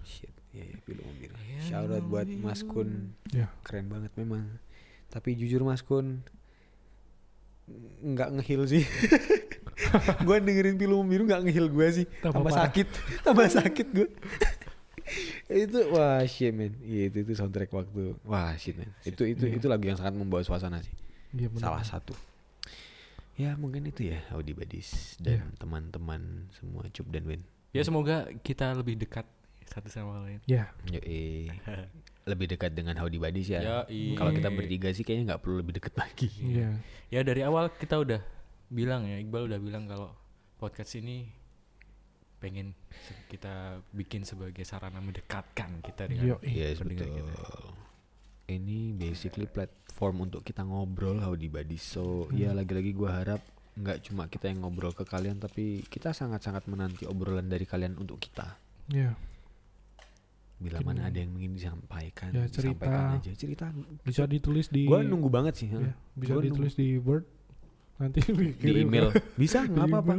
Shit, ya ya pilu Om Bir. Shout out buat Mas Kun.
Ya.
Keren banget memang. Tapi jujur Mas Kun n- nggak ngehil sih. (laughs) gue dengerin pilu Om biru nggak ngehil gue sih.
Tambah
Tambah,
parah.
sakit, (laughs) tambah sakit gue. (laughs) itu wah shit man. Iya itu itu soundtrack waktu. Wah shit man. Itu itu
Iya.
itu lagu yang sangat membawa suasana sih.
Iya benar.
Salah satu. Ya mungkin itu ya Audi Badis
Iya.
dan teman-teman semua Cup dan Win.
Ya semoga kita lebih dekat satu sama lain.
Ya,
Yoi. (laughs) lebih dekat dengan Howdy Buddies ya.
Yoi.
Kalau kita bertiga sih kayaknya nggak perlu lebih dekat
(laughs)
lagi.
iya.
Ya dari awal kita udah bilang ya, Iqbal udah bilang kalau podcast ini pengen se- kita bikin sebagai sarana mendekatkan kita
Yo,
dengan
iya.
pendengar
Yes, Iya, betul.
kita.
gitu.
Ini basically platform untuk kita ngobrol how di body. So, ya
Hmm.
lagi-lagi gua harap nggak cuma kita yang ngobrol ke kalian tapi kita sangat-sangat menanti obrolan dari kalian untuk kita.
ya
Bila
Mungkin-
mana ada yang ingin disampaikan,
Ya, cerita.
disampaikan aja cerita.
bisa ditulis di
Gua nunggu banget sih
ya,
ha,
bisa
Gua
ditulis di word nanti
di
(laughs)
email. (laughs) Bisa nggak apa-apa.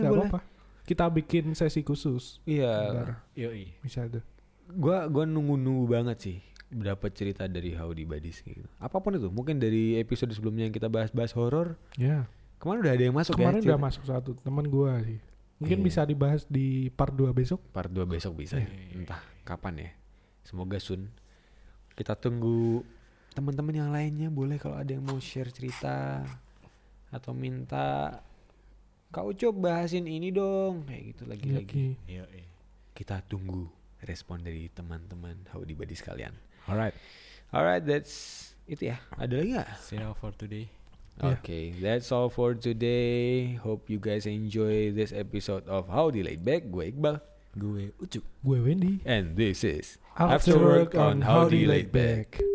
boleh
boleh.
boleh kita bikin sesi khusus
Iya.
Ntar
Yoi.
bisa tuh
Gua gua nunggu-nunggu banget sih dapat cerita dari How di Badis gitu. Apapun itu, mungkin dari episode sebelumnya yang kita bahas-bahas horor,
ya
kemarin udah ada yang masuk
kemarin
ya.
udah
cerita.
masuk satu teman gua sih mungkin
Iya.
bisa dibahas di part 2 besok
Part 2 besok bisa ya. Entah kapan ya. Semoga soon. Kita tunggu teman-teman yang lainnya boleh kalau ada yang mau share cerita atau minta Kak Ucup bahasin ini dong kayak gitu lagi-lagi.
lagi
Yoi.
Kita tunggu respon dari teman-teman How di Badis kalian.
Alright.
Alright, that's itu ya. Ada lagi nggak?
See now for today.
Yeah.
Okay, that's all for today. Hope you guys enjoy this episode of How Delayed Back. Gue Iqbal. Gue Ucup.
gue Wendy
And this is
After Work on How Do You Laid Back.